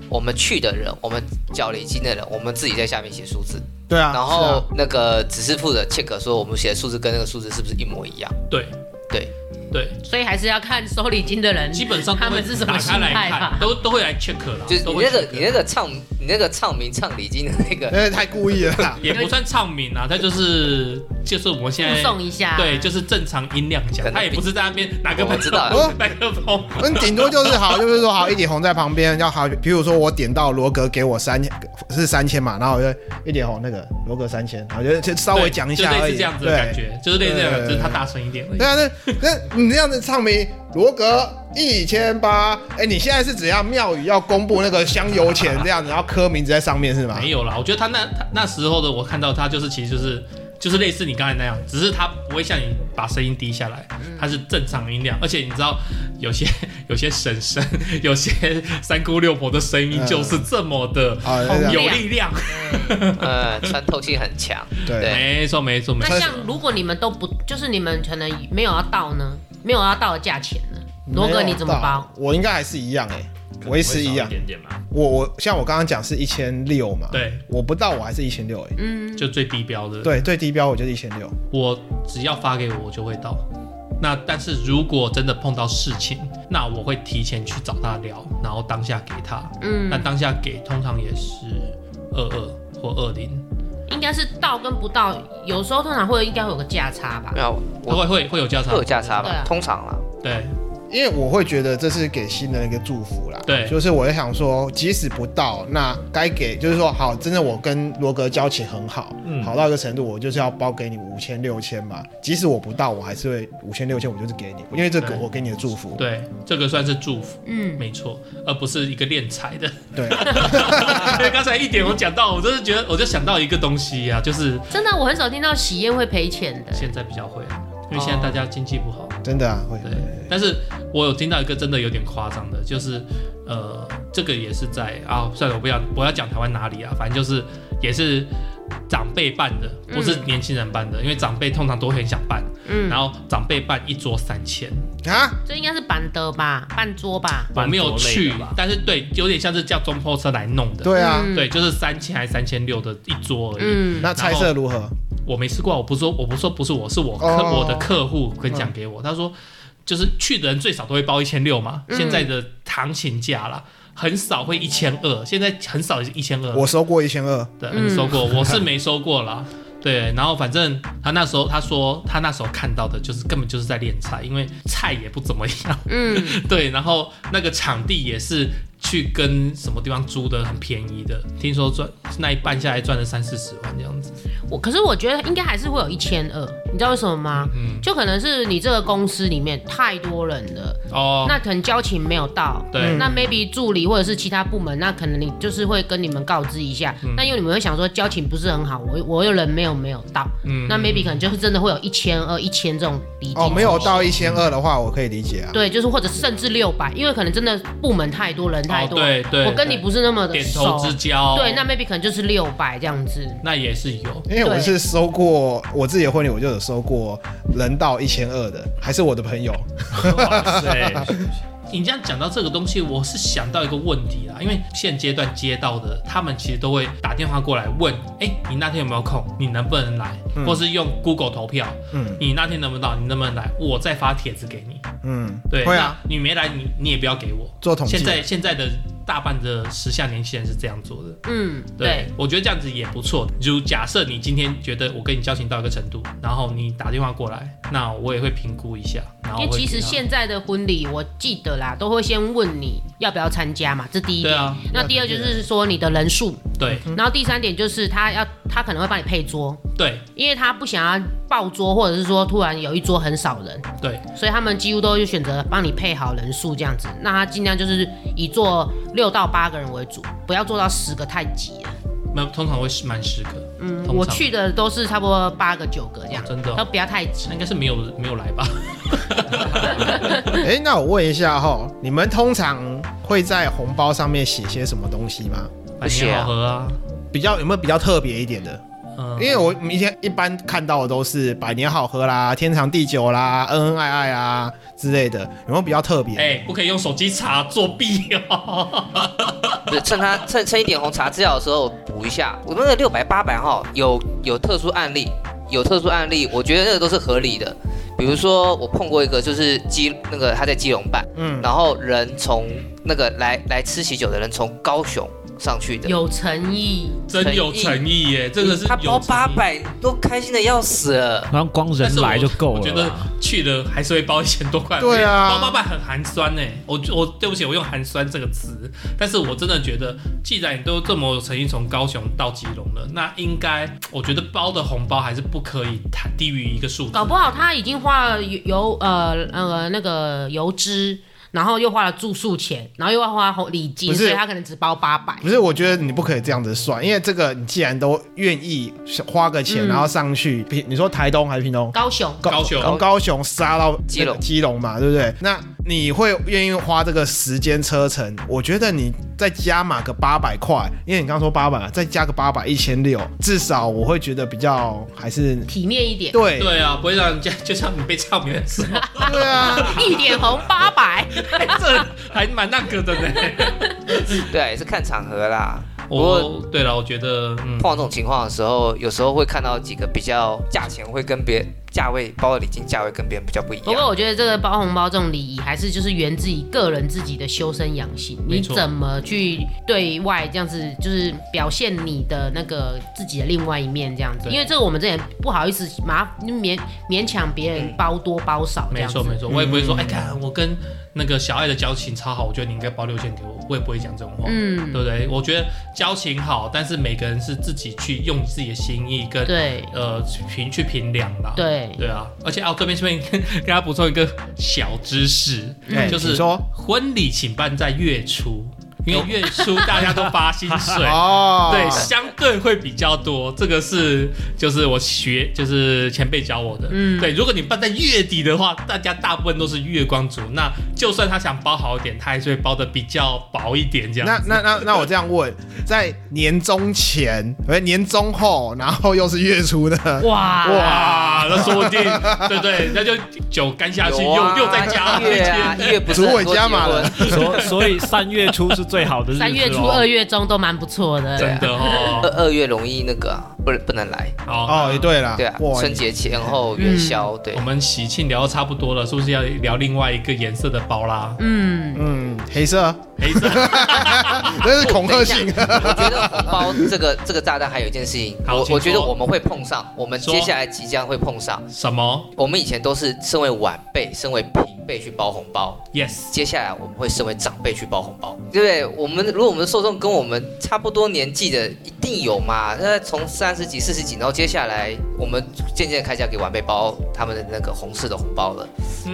Speaker 5: 我们去的人，我们缴礼金的人，我们自己在下面写数字，
Speaker 2: 对啊，
Speaker 5: 然
Speaker 2: 是啊
Speaker 5: 后那个只是负责 check 说我们写的数字跟那个数字是不是一模一样。
Speaker 1: 对，
Speaker 5: 对，
Speaker 1: 对，
Speaker 4: 所以还是要看收礼金的人，
Speaker 1: 基本上都会
Speaker 4: 他们是什么
Speaker 1: 打
Speaker 4: 心
Speaker 1: 开来
Speaker 4: 态啊
Speaker 1: 看，
Speaker 4: 吧？
Speaker 1: 都都会来 check 啦，
Speaker 5: 就是
Speaker 1: 都
Speaker 5: 你
Speaker 1: 会
Speaker 5: 那个
Speaker 1: check
Speaker 5: 你那个唱你那个唱名唱礼金的 那个，
Speaker 2: 那太故意了啦。
Speaker 1: 也不算唱名啊，他 就是就是我们现
Speaker 4: 附
Speaker 1: 在。
Speaker 4: 送一下，
Speaker 1: 对，就是正常音量
Speaker 5: 可
Speaker 1: 讲，
Speaker 5: 能
Speaker 1: 他也不是在那边拿个
Speaker 5: 我
Speaker 1: 麦
Speaker 5: 知
Speaker 1: 克
Speaker 5: 道
Speaker 1: 风，麦克风，
Speaker 2: 我们顶多就是好，就是说好一点红在旁边，要好，比如说我点到罗格给我三千是三千嘛，然后我就一点红那个罗格三千，我就就 稍微
Speaker 1: 对
Speaker 2: 讲一
Speaker 1: 就
Speaker 2: 下而
Speaker 1: 类
Speaker 2: 已，
Speaker 1: 似这样子的感
Speaker 2: 对。
Speaker 1: 觉，就是类似这样的，
Speaker 2: 对
Speaker 1: 只是他大声一点而已
Speaker 2: 对。啊，那那你这样子唱名，罗格一千八，哎，你现在是怎样？庙宇要公布那个香油钱这样子，然后刻名字在上面是吗？
Speaker 1: 没有啦，我觉得他那他那时候的我看到他就是其实就是就是类似你刚才那样，只是他不会像你把声音低下来，
Speaker 4: 嗯
Speaker 1: 他是正常音量，而且你知道有些 有些婶婶、 有些三姑六婆的声音就是这么的
Speaker 2: 嗯啊，
Speaker 4: 红
Speaker 2: 对
Speaker 1: 有力量，
Speaker 5: 呃，穿透性很强。
Speaker 2: 对
Speaker 5: 对
Speaker 1: 没错没错没
Speaker 4: 那
Speaker 1: 错，
Speaker 4: 像如果你们都不，就是你们可能没有要到呢，没有要到的价钱呢，罗哥你怎么包？？
Speaker 2: 我应该还是一样哎，维持一
Speaker 3: 一
Speaker 2: 样。
Speaker 3: 点点嘛。
Speaker 2: 我我像我刚刚讲是一千六嘛，
Speaker 1: 对，
Speaker 2: 我不到我还是一千六哎，
Speaker 4: 嗯，
Speaker 1: 就最低标的，
Speaker 2: 对，最低标我就是一千六。
Speaker 1: 我只要发给我我就会到。那但是如果真的碰到事情，那我会提前去找他聊，然后当下给他。
Speaker 4: 嗯
Speaker 1: 那当下给通常也是二二或二零，
Speaker 4: 应该是到跟不到，有时候通常会应该会有个价差吧
Speaker 5: 没。有，
Speaker 1: 会
Speaker 5: 我
Speaker 1: 会会有交叉
Speaker 5: 会有，价差
Speaker 4: 对
Speaker 5: 吧
Speaker 4: 啊？
Speaker 5: 通常啦，
Speaker 1: 对，
Speaker 2: 因为我会觉得这是给新人一个祝福啦。
Speaker 1: 对
Speaker 2: 就是我在想说，即使不到，那该给就是说，好，真的我跟罗格交情很好，
Speaker 1: 嗯
Speaker 2: 好到一个程度，我就是要包给你五千六千嘛。即使我不到，我还是会五千六千，我就是给你，因为这个
Speaker 1: 对
Speaker 2: 我给你的祝福。
Speaker 1: 对，这个算是祝福，
Speaker 4: 嗯，
Speaker 1: 没错，而不是一个敛财的。
Speaker 2: 对，
Speaker 1: 因为刚才一点我讲到，我真的觉得我就想到一个东西啊，就是
Speaker 4: 真的我很少听到喜宴会赔钱的。
Speaker 1: 现在比较会啊，因为现在大家经济不好。
Speaker 2: 真的啊，会。
Speaker 1: 对，但是我有听到一个真的有点夸张的，就是呃，这个也是在啊，算了，我不要我要讲台湾哪里啊，反正就是也是长辈办的，不是年轻人办的，因为长辈通常都很想办，
Speaker 4: 嗯
Speaker 1: 然，后长辈办一桌三千，
Speaker 2: 啊，
Speaker 4: 这应该是板德吧，半桌吧。
Speaker 1: 我
Speaker 3: 蛮
Speaker 1: 没有
Speaker 3: 多类的
Speaker 1: 去
Speaker 3: 吧，
Speaker 1: 但是对，有点像是叫中破车来弄的，
Speaker 2: 对啊，
Speaker 4: 嗯
Speaker 1: 对，就是三千还是三千六的一桌而已。
Speaker 4: 嗯，
Speaker 2: 那猜测如何？
Speaker 1: 我没吃过，我不说，我不说不是我，是我客、我
Speaker 2: 哦
Speaker 1: 的客户分享给我，他说就是去的人最少都会包一千六嘛，
Speaker 4: 嗯
Speaker 1: 现在的行情价啦，很少会一千二，现在很少一千二，
Speaker 2: 我收过一千二，
Speaker 1: 对，
Speaker 4: 嗯
Speaker 1: 你收过，我是没收过啦。 对，然后反正他那时候他说他那时候看到的就是根本就是在练菜，因为菜也不怎么样。
Speaker 4: 嗯，
Speaker 1: 对，然后那个场地也是去跟什么地方租的，很便宜的，听说赚那一半下来赚了三四十万这样子。
Speaker 4: 我可是我觉得应该还是会有一千二，你知道为什么吗？
Speaker 1: 嗯，
Speaker 4: 就可能是你这个公司里面太多人了，
Speaker 1: 哦，
Speaker 4: 那可能交情没有到。
Speaker 1: 对。
Speaker 2: 嗯
Speaker 4: 那 maybe 助理或者是其他部门，那可能你就是会跟你们告知一下。
Speaker 1: 嗯
Speaker 4: 那因为你们会想说交情不是很好，我我有人没有没有到，
Speaker 1: 嗯
Speaker 4: 那 maybe 可能就是真的会有一千二、一千这种离
Speaker 2: 哦，
Speaker 4: 境。
Speaker 2: 没有到一千二的话，我可以理解啊。
Speaker 4: 对，就是或者甚至六百，因为可能真的部门太多，人太多，
Speaker 1: 哦、对对，
Speaker 4: 我跟你不是那么的
Speaker 1: 点
Speaker 4: 熟
Speaker 1: 头，之交，
Speaker 4: 对，那 maybe 可能就是六百这样子。
Speaker 1: 那也是有，
Speaker 2: 因为我
Speaker 4: 对
Speaker 2: 是收过我自己的婚礼，我就有收过人到一千二的，还是我的朋友。
Speaker 3: 哇塞，
Speaker 1: 你这样讲到这个东西，我是想到一个问题啦，因为现阶段接到的，他们其实都会打电话过来问，哎、你那天有没有空？你能不能来？或是用 Google 投票，
Speaker 2: 嗯
Speaker 1: 你那天能不能到？你能不能来？我再发帖子给你。
Speaker 2: 嗯，
Speaker 1: 对，
Speaker 2: 会啊，
Speaker 1: 那你没来，你你也不要给我。
Speaker 2: 做统计。
Speaker 1: 现在现在的大半的时下年轻人是这样做的。
Speaker 4: 嗯，
Speaker 1: 对
Speaker 4: 对，，
Speaker 1: 我觉得这样子也不错。如假设你今天觉得我跟你交情到一个程度，然后你打电话过来，那我也会评估一下。然后
Speaker 4: 因为
Speaker 1: 会
Speaker 4: 其实
Speaker 1: 给他
Speaker 4: 现在的婚礼，我记得啦，都会先问你要不要参加嘛，这第一
Speaker 1: 对
Speaker 4: 点。
Speaker 1: 啊，
Speaker 4: 那第二就是说你的人数，
Speaker 1: 对
Speaker 4: 然后第三点就是他要他可能会帮你配桌，
Speaker 1: 对
Speaker 4: 因为他不想要爆桌，或者是说突然有一桌很少人，
Speaker 1: 对，
Speaker 4: 所以他们几乎都就选择帮你配好人数这样子。那他尽量就是以做六到八个人为主，不要做到十个太挤了。
Speaker 1: 那通常会是满十个，
Speaker 4: 嗯，
Speaker 1: 通常
Speaker 4: 我去的都是差不多八个九个这样，
Speaker 1: 真的哦
Speaker 4: 要不要太挤
Speaker 1: 那。应该是没有没有来吧？
Speaker 2: 哎、那我问一下哈，你们通常会在红包上面写些什么东西吗？
Speaker 1: 百
Speaker 5: 写
Speaker 1: 年
Speaker 5: 啊
Speaker 1: 好合啊，
Speaker 2: 比较有没有比较特别一点的？
Speaker 1: 嗯，
Speaker 2: 因为我以前一般看到的都是百年好合啦、天长地久啦、恩恩爱爱啦之类的，有没有比较特别？
Speaker 1: 哎、不可以用手机查作弊哦。
Speaker 5: 不是趁他趁趁一点红茶资料的时候补一下，我那个六百八百号有有特殊案例，有特殊案例，我觉得那个都是合理的。比如说我碰过一个，就是基那个他在基隆办，
Speaker 2: 嗯，
Speaker 5: 然后人从那个来来吃喜酒的人从高雄上去的，
Speaker 4: 有诚意，
Speaker 1: 真有诚意耶，真的是
Speaker 5: 他
Speaker 1: 有
Speaker 5: 包
Speaker 1: 诚意
Speaker 5: 八，百都开心的要死了。
Speaker 3: 然后光
Speaker 1: 但
Speaker 3: 人
Speaker 1: 是我
Speaker 3: 来就够
Speaker 1: 我
Speaker 3: 了
Speaker 1: 觉得
Speaker 3: 啦。
Speaker 1: 去了还是会包一千多块，
Speaker 2: 对啊
Speaker 1: 包八百很寒酸呢。我我对不起，我用寒酸这个词，但是我真的觉得，既然你都这么有诚意从高雄到基隆了，那应该我觉得包的红包还是不可以太低于一个数字啊
Speaker 4: 搞。不好他已经花了油油呃呃那个油脂，然后又花了住宿钱，然后又要花礼金，
Speaker 2: 不是
Speaker 4: 所以他可能只包八百。
Speaker 2: 不是，我觉得你不可以这样子算，因为这个你既然都愿意花个钱，
Speaker 4: 嗯
Speaker 2: 然后上去，平你说台东还是屏东？
Speaker 4: 高雄，
Speaker 1: 高雄
Speaker 2: 从高雄杀到
Speaker 5: 基隆
Speaker 2: 那个基隆嘛，对不对？那你会愿意花这个时间车程？我觉得你再加码个八百块，因为你刚说八百，再加个八百，一千六，至少我会觉得比较还是
Speaker 4: 体面一点，
Speaker 2: 对
Speaker 1: 对啊，不会让人家就像你被唱名的时 候，哎
Speaker 2: 对啊，
Speaker 4: 一点红八百，
Speaker 1: 这还蛮那个的 呢。嗯
Speaker 5: 对啊，也是看场合啦。不过
Speaker 1: 我对了，我觉得嗯
Speaker 5: 碰，到这种情况的时候，有时候会看到几个比较价钱会跟别价位包的礼金价位跟别人比较不一
Speaker 4: 不过
Speaker 5: 样。
Speaker 4: 我觉得这个包红包这种礼仪，还是就是源自于个人自己的修身养性。
Speaker 1: 没
Speaker 4: 你
Speaker 1: 错
Speaker 4: 怎么去对外这样子，就是表现你的那个自己的另外一面这样子。
Speaker 1: 对
Speaker 4: 因为这个我们之前不好意思麻勉勉强别人包多包少
Speaker 1: 嗯
Speaker 4: 这
Speaker 1: 没
Speaker 4: 样子嗯
Speaker 1: 错。没错，我也不会说，哎，看我跟那个小爱的交情超好，我觉得你应该包六千给我，我也不会讲这种话，
Speaker 4: 嗯，
Speaker 1: 对不对？我觉得交情好，但是每个人是自己去用自己的心意跟
Speaker 4: 对
Speaker 1: 呃评去评量啦。
Speaker 4: 对
Speaker 1: 对啊，而且啊，我这边顺便跟跟大家补充一个小知识，
Speaker 2: 哎
Speaker 1: 嗯就
Speaker 2: 你
Speaker 1: 是
Speaker 2: 说
Speaker 1: 婚礼请办在月初，因为月初大家都发薪 水。
Speaker 2: 哦，
Speaker 1: 对，相对会比较多，这个是就是我学就是前辈教我的。嗯，对，如果你办在月底的话，大家大部分都是月光族，那就算他想包好一点，他还是会包的比较薄一点这样。
Speaker 2: 那那那那我这样问，在年终前，不是年终后，然后又是月初的，
Speaker 4: 哇
Speaker 1: 哇，那说不定 对不对，那就酒干下去，
Speaker 5: 有啊
Speaker 1: 又又再 加
Speaker 5: 一月啊，
Speaker 1: 一
Speaker 5: 一
Speaker 1: 千。
Speaker 5: 月不是
Speaker 2: 主
Speaker 5: 很
Speaker 2: 委
Speaker 5: 多
Speaker 2: 加码
Speaker 5: 结婚
Speaker 2: 了
Speaker 3: 所所以三月初是最好的日子、哦。
Speaker 4: 三月初、二月中都蛮不错
Speaker 1: 真
Speaker 4: 的。
Speaker 1: 的
Speaker 5: 二
Speaker 1: 哦，
Speaker 5: 二月容易那个啊不不能来，
Speaker 1: 好，
Speaker 2: 哦，也对了，
Speaker 5: 对啊，
Speaker 2: 哇，嗯
Speaker 5: 春节前后元宵，对
Speaker 1: 我，们喜庆聊的差不多了，是不是要聊另外一个颜色的包啦？哎啊
Speaker 4: 嗯，
Speaker 2: 嗯，黑色，
Speaker 1: 黑色，
Speaker 2: 这是恐吓性，
Speaker 5: 我觉得红包这个这个炸弹还有一件事情，
Speaker 1: 好
Speaker 5: 我
Speaker 1: 请
Speaker 5: 我觉得
Speaker 1: 说
Speaker 5: 我们会碰上，我们
Speaker 1: 说
Speaker 5: 接下来即将会碰上。
Speaker 1: 什么
Speaker 5: 我们以前都是身为晚辈、身为平辈去包红包，
Speaker 1: ？Yes，
Speaker 5: 接下来我们会身为长辈去包红包，对不对？我们如果我们的受众跟我们差不多年纪的，一定有嘛？那从三十几、四十几，然后接下来我们渐渐开始要给晚辈包他们的那个红色的红包了。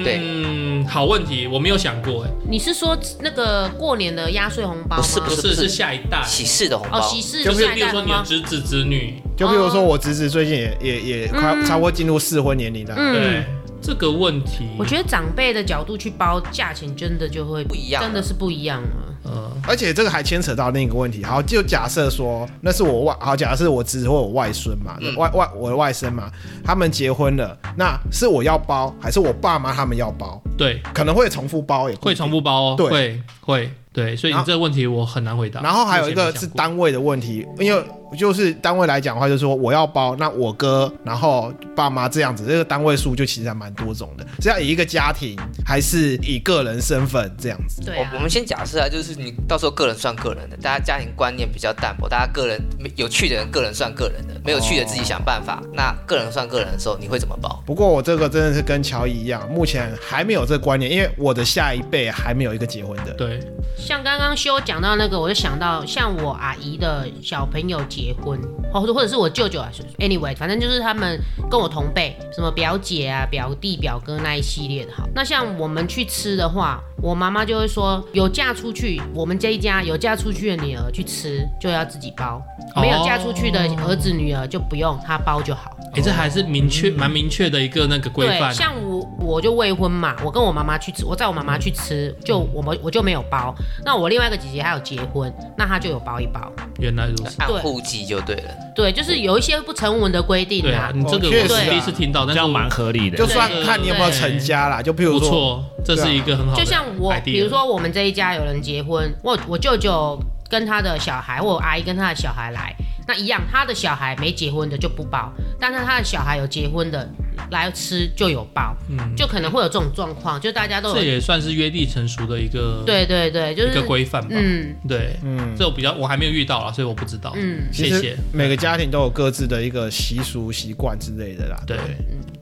Speaker 5: 对
Speaker 1: 嗯，好问题，我没有想过哎。
Speaker 4: 你是说那个过年的压岁红包吗？
Speaker 5: 不是不
Speaker 1: 不是是下一代，
Speaker 5: 喜事的红包，
Speaker 4: 哦，喜事
Speaker 1: 就比如
Speaker 4: 下
Speaker 1: 例
Speaker 4: 一
Speaker 1: 如
Speaker 4: 代
Speaker 1: 说
Speaker 4: 红
Speaker 1: 你的
Speaker 4: 包。
Speaker 1: 侄子侄女，
Speaker 2: 就比如
Speaker 1: 哦
Speaker 2: 说我侄子最近也也也快
Speaker 4: 嗯
Speaker 2: 差不多进入适婚年龄了，
Speaker 1: 对
Speaker 4: 嗯，
Speaker 1: 这个问题，
Speaker 4: 我觉得长辈的角度去包，价钱真的就会
Speaker 5: 不一样了
Speaker 4: 真的是不一样了。
Speaker 1: 得，嗯，
Speaker 2: 而且这个还牵扯到另一个问题，好，就假设说那是我外，好，假设是我侄子或我外孙嘛，
Speaker 5: 嗯
Speaker 2: 外外我的外甥嘛，他们结婚了，那是我要包还是我爸妈他们要包？
Speaker 1: 对，
Speaker 2: 可能会重复包也不一
Speaker 1: 会
Speaker 2: 定
Speaker 1: 重复包哦，
Speaker 2: 对
Speaker 1: 会会，对，所以你
Speaker 2: 然后
Speaker 1: 这个问题我很难回答。
Speaker 2: 然后还有一
Speaker 1: 目
Speaker 2: 个
Speaker 1: 前没
Speaker 2: 是
Speaker 1: 想过
Speaker 2: 单位的问题，因为就是单位来讲的话，就是说我要包，那我哥，然后爸妈这样子，这个单位数就其实还蛮多种的，是要以一个家庭还是以个人身份这样子？
Speaker 4: 对
Speaker 5: 我
Speaker 4: 啊
Speaker 5: 我，们先假设啊，就是你到时候个人算个人的，大家家庭观念比较淡薄，大家个人有趣的人个人算个人的，没有趣的自己想办
Speaker 4: 嗯
Speaker 5: 法。那个人算个人的时候，你会怎么包？
Speaker 2: 不过我这个真的是跟乔伊一样，目前还没有这个观念，因为我的下一辈还没有一个结婚的。
Speaker 1: 对，
Speaker 4: 像刚刚修讲到那个，我就想到像我阿姨的小朋友结婚，或或者是我舅舅啊，anyway，反正就是他们跟我同辈，什么表姐啊、表弟、表哥那一系列的哈。那像我们去吃的话，我妈妈就会说，有嫁出去，我们这一家有嫁出去的女儿去吃就要自己包，
Speaker 1: 哦
Speaker 4: 没有嫁出去的儿子女儿就不用她包就好。
Speaker 1: 哎，这还是明确
Speaker 2: 嗯
Speaker 1: 蛮明确的一个那个规
Speaker 4: 对，
Speaker 1: 范，啊
Speaker 4: 像我我就未婚嘛，我跟我妈妈去吃，我载我妈妈去吃，就我们我就没有包。那我另外一个姐姐还有结婚，那她就有包一包。
Speaker 1: 原来如此。
Speaker 5: 按
Speaker 4: 对
Speaker 5: 户籍就对了。
Speaker 4: 对，就是有一些不成文的规定
Speaker 1: 对啊
Speaker 4: 啊，。
Speaker 1: 你这个
Speaker 2: 哦确
Speaker 1: 我
Speaker 4: 实啊
Speaker 1: 是第一次听到，
Speaker 3: 这
Speaker 1: 但是
Speaker 3: 样
Speaker 1: 我
Speaker 3: 蛮合理的。
Speaker 2: 就算
Speaker 1: 对嗯
Speaker 2: 看你有没有成家啦，就譬如
Speaker 1: 不
Speaker 2: 说，啊
Speaker 1: 错，这是一个很好的 idea。
Speaker 4: 就像我，比如说我们这一家有人结婚，我我舅舅跟他的小孩，我阿姨跟他的小孩来，那一样，他的小孩没结婚的就不包，但是他的小孩有结婚的来吃就有包，就可能会有这种状况，就大家都
Speaker 1: 嗯这
Speaker 4: 有。
Speaker 1: 也算是约定成熟的一个
Speaker 4: 对对对，就
Speaker 1: 一
Speaker 4: 是
Speaker 1: 个规范吧。
Speaker 4: 嗯。
Speaker 1: 对，
Speaker 2: 嗯，
Speaker 1: 这我比较我还没有遇到啊，所以我不知道。
Speaker 4: 嗯
Speaker 1: 谢
Speaker 2: 其
Speaker 1: 谢
Speaker 2: 实。每个家庭都有各自的一个习俗习惯之类的啦。
Speaker 1: 对，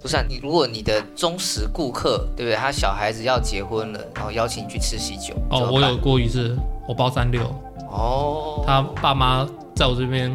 Speaker 5: 不是啊，你如果你的忠实顾客，对不对？他小孩子要结婚了，然后邀请你去吃喜酒，
Speaker 1: 哦，我有过一次，我包三六，
Speaker 5: 有哦，
Speaker 1: 他爸妈在我这边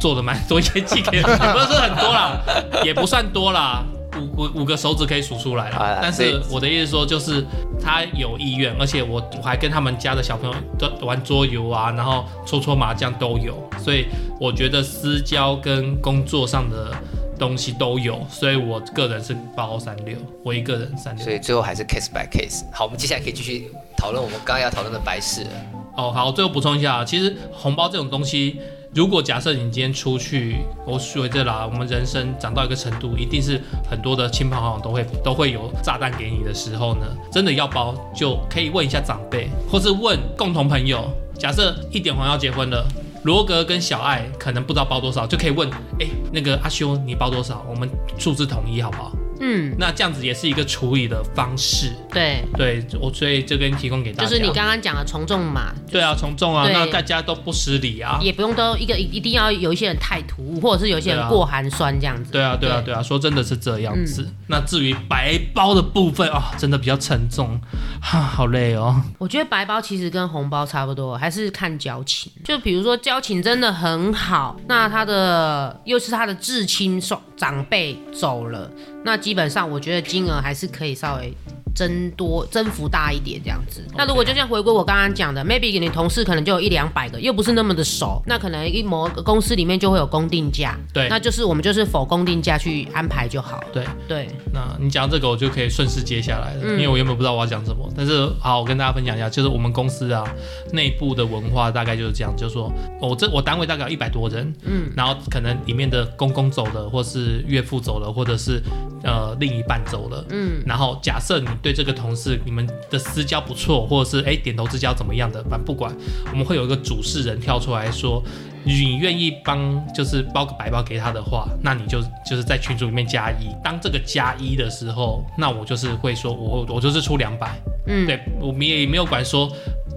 Speaker 1: 做的蛮多业 绩给我，不是很多啦，也不算多啦，五五五个手指可以数出来
Speaker 5: 啊
Speaker 1: 啦。但
Speaker 5: 所以
Speaker 1: 是我的意思说，就是他有意愿，而且我我还跟他们家的小朋友都玩桌游啊，然后搓搓麻将都有，所以我觉得私交跟工作上的东西都有，所以我个人是包三六，我一个人三六
Speaker 5: 所。以最后还是 case by case。好，我们接下来可以继续讨论我们刚刚要讨论的白事了。
Speaker 1: 哦，好，最后补充一下，其实红包这种东西，如果假设你今天出去，我随着啦，我们人生长到一个程度，一定是很多的亲朋好友都会都会有炸弹给你的时候呢，真的要包就可以问一下长辈，或是问共同朋友。假设一点黄要结婚了，罗格跟小爱可能不知道包多少，就可以问，哎、那个阿修你包多少？我们数字统一好不好？
Speaker 4: 嗯，
Speaker 1: 那这样子也是一个处理的方式。
Speaker 4: 对，
Speaker 1: 对我，所以这边提供给大
Speaker 4: 就
Speaker 1: 家。
Speaker 4: 是你刚刚讲的从众嘛，
Speaker 1: 对啊，从众啊，
Speaker 4: 对
Speaker 1: 那大家都不失礼啊。
Speaker 4: 也不用都一个一一定要有一些人太突兀，或者是有一些
Speaker 1: 对啊
Speaker 4: 人过寒酸这样子。
Speaker 1: 对啊，对啊，对啊，说真的是这样子。那至于白包的部分啊、真的比较沉重，哈，好累哦。
Speaker 4: 我觉得白包其实跟红包差不多，还是看交情。就比如说交情真的很好，那他的又是他的至亲送长辈走了，那基本上我觉得金额还是可以稍微。增多增幅大一点这样子，那如果就像回归我刚刚讲的，maybe 你同事可能就有一两百个，又不是那么的熟，那可能一某个公司里面就会有公定价，
Speaker 1: 对
Speaker 4: 那就是我们就是否公定价去安排就好了。
Speaker 1: 对，
Speaker 4: 对，
Speaker 1: 那你讲到这个，我就可以顺势接下来了，因为我原本不知道我要讲什么，但是好，我跟大家分享一下，就是我们公司啊内部的文化大概就是这样，就是说我、这我单位大概有一百多人，嗯，然后可能里面的公公走了，或是岳父走了，或者是呃另一半走了，嗯，然后假设你对这个同事你们的私交不错，或者是哎点头之交怎么样的，反正不管，我们会有一个主事人跳出来说，你愿意帮就是包个白包给他的话，那你就就是在群组里面加一。当这个加一的时候，那我就是会说我我就是出两百，
Speaker 4: 嗯，
Speaker 1: 对我们也没有管说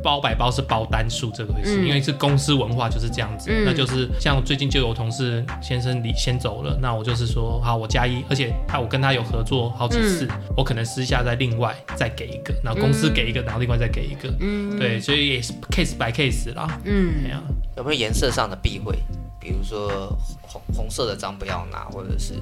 Speaker 1: 包白包是包单数这个回事，
Speaker 4: 嗯
Speaker 1: 因为是公司文化就是这样子。
Speaker 4: 嗯
Speaker 1: 那就是像最近就有同事先生离先走了，那我就是说好我加一，而且他我跟他有合作好几次，
Speaker 4: 嗯
Speaker 1: 我可能私下再另外再给一个，然后公司给一个，然后另外再给一个，
Speaker 4: 嗯
Speaker 1: 对，所以也是 case by case 啦。
Speaker 4: 嗯
Speaker 1: 哎，呀，
Speaker 5: 有没有颜色上的避讳？比如说红红色的章不要拿，或者是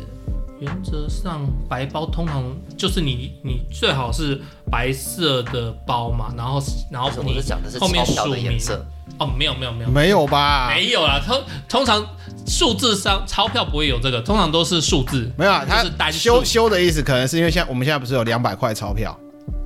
Speaker 1: 原则上白包通常就是你你最好是白色的包嘛，然后然后
Speaker 5: 不是我
Speaker 1: 你
Speaker 5: 是讲的是
Speaker 1: 后面
Speaker 5: 钞
Speaker 1: 署
Speaker 5: 票的颜
Speaker 1: 名
Speaker 5: 色，
Speaker 1: 哦，没有没有没有
Speaker 2: 没有吧？
Speaker 1: 没有啦，通通常数字上钞票不会有这个，通常都是数字，
Speaker 2: 没有啊，
Speaker 1: 就是
Speaker 2: 他
Speaker 1: 单
Speaker 2: 修
Speaker 1: 数，
Speaker 2: 修的意思可能是因为现在我们现在不是有两百块钞票？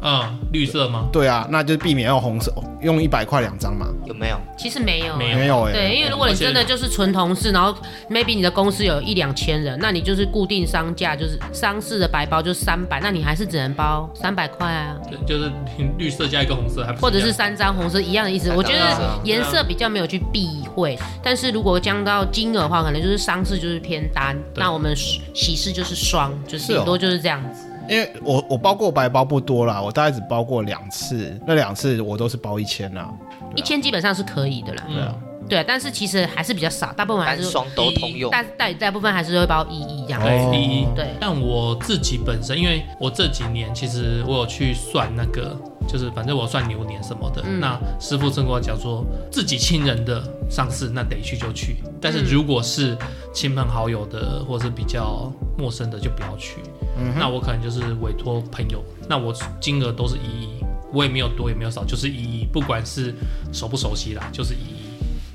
Speaker 1: 嗯，绿色吗？
Speaker 2: 对啊，那就避免用红色，用一百块两张嘛。
Speaker 5: 有没有？
Speaker 4: 其实没有，欸
Speaker 1: 没有
Speaker 2: 没有哎、
Speaker 4: 对，因为如果你真的就是纯同事，然后 maybe 你的公司有一两千人，那你就是固定商价，就是商事的白包就是三百，那你还是只能包三百块啊，
Speaker 1: 对，就是绿色加一个红色，还不
Speaker 4: 或者是
Speaker 1: 一样
Speaker 4: 三张红色一样的意思。
Speaker 5: 三张
Speaker 4: 我觉
Speaker 5: 红
Speaker 4: 得
Speaker 5: 色
Speaker 4: 颜色比较没有去避讳，但是如果讲到金额的话，可能就是商事就是偏单，
Speaker 1: 对
Speaker 4: 那我们喜事就是双，就是
Speaker 2: 是哦
Speaker 4: 顶多就是这样子。
Speaker 2: 因为我我包过白包不多啦，我大概只包过两次，那两次我都是包一千啊啦。
Speaker 4: 一千基本上是可以的啦，
Speaker 1: 嗯
Speaker 4: 对，啊但是其实还是比较少，大部分还
Speaker 5: 单
Speaker 4: 是
Speaker 5: 双都通用，
Speaker 4: 大大大部分还是会包一一这样子。
Speaker 1: 对，
Speaker 2: 哦
Speaker 1: 第一，
Speaker 4: 对
Speaker 1: 哎，E，但我自己本身，因为我这几年其实我有去算那个，就是反正我算牛年什么的。
Speaker 4: 嗯
Speaker 1: 那师傅正跟我讲说，自己亲人的上市，那得去就去；但
Speaker 4: 嗯
Speaker 1: 是如果是亲朋好友的，或是比较陌生的，就不要去。
Speaker 2: 嗯
Speaker 1: 那我可能就是委托朋友，那我金额都是一亿，我也没有多也没有少，就是一亿，不管是熟不熟悉啦，就是一亿，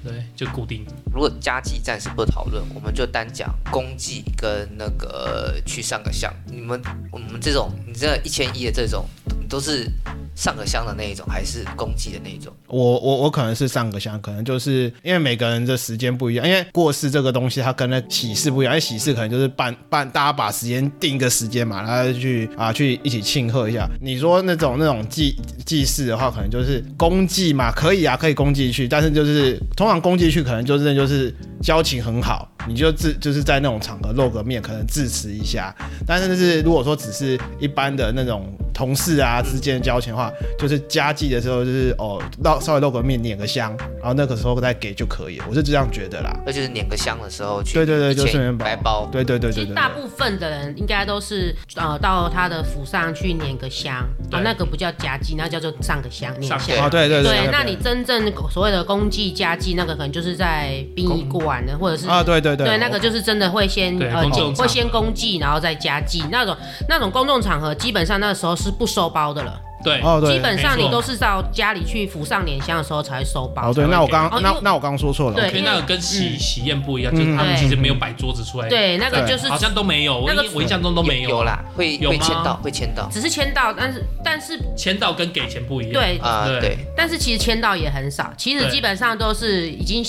Speaker 1: 对，就固定。
Speaker 5: 如果家计暂时不讨论，我们就单讲公祭跟那个去上个香。你们我们这种，你这一千一的这种，都是上个香的那一种，还是公祭的那一种？
Speaker 2: 我我我可能是上个香，可能就是因为每个人的时间不一样，因为过世这个东西它跟那喜事不一样，因为喜事可能就是办办大家把时间定一个时间嘛，然后去啊去一起庆贺一下。你说那种那种祭祭祀的话，可能就是公祭嘛，可以啊，可以公祭去，但是就是通常公祭去可能就是那就是交情很好，你就自就是在那种场合露个面，可能致辞一下。但是就是如果说只是一般的那种同事啊之间的交情的话，就是家祭的时候就是哦，绕稍微露个面，捻个香，然后那个时候再给就可以了，我是这样觉得啦。
Speaker 5: 那就是捻个香的时候去，
Speaker 2: 对对对，就顺便
Speaker 5: 白包。
Speaker 2: 对对对
Speaker 4: 其
Speaker 2: 对
Speaker 4: 实
Speaker 2: 对
Speaker 4: 大
Speaker 2: 对。
Speaker 4: 部分的人应该都是呃到他的府上去捻个香，啊
Speaker 1: 对
Speaker 4: 那个不叫夹祭，那叫做上个香
Speaker 1: 上
Speaker 4: 捻
Speaker 1: 个
Speaker 4: 香。
Speaker 5: 香
Speaker 2: 哦，对对
Speaker 4: 对，
Speaker 2: 对，
Speaker 4: 那你真正所谓的公祭家祭，那个可能就是在殡仪馆的，或者是
Speaker 2: 啊，对对对，
Speaker 4: 对，那个就是真的会先
Speaker 1: 对
Speaker 4: 呃
Speaker 1: 公众场合
Speaker 4: 会先公祭，然后再加祭那种那种公众场合，基本上那时候是不收包的了，
Speaker 1: 对，
Speaker 2: 哦对，
Speaker 4: 基本上
Speaker 1: 没
Speaker 4: 你
Speaker 1: 错
Speaker 4: 都是到家里去府上捻香的时候才会收包
Speaker 2: 哦。对，那我刚
Speaker 4: 哦因为
Speaker 2: 那那我刚说错了，
Speaker 4: 对
Speaker 1: 所以
Speaker 4: 因为
Speaker 1: 那个跟喜
Speaker 4: 嗯
Speaker 1: 喜宴不一样，
Speaker 2: 嗯
Speaker 1: 就是他们
Speaker 4: 对
Speaker 1: 其实没有摆桌子出来，
Speaker 4: 对，那个
Speaker 2: 对
Speaker 4: 就是
Speaker 1: 好像都没有，我
Speaker 4: 那个
Speaker 1: 印我印象中都没
Speaker 5: 有
Speaker 1: 有。啊
Speaker 5: 啦，会
Speaker 1: 有
Speaker 5: 会
Speaker 1: 吗
Speaker 5: 签到，会签到。
Speaker 4: 只是签到，但是但是
Speaker 1: 签到跟给钱不一样。，
Speaker 4: 对
Speaker 5: 啊、
Speaker 1: 对
Speaker 5: 对，
Speaker 4: 但是其实签到也很少，其实
Speaker 1: 对
Speaker 4: 基本上都是已经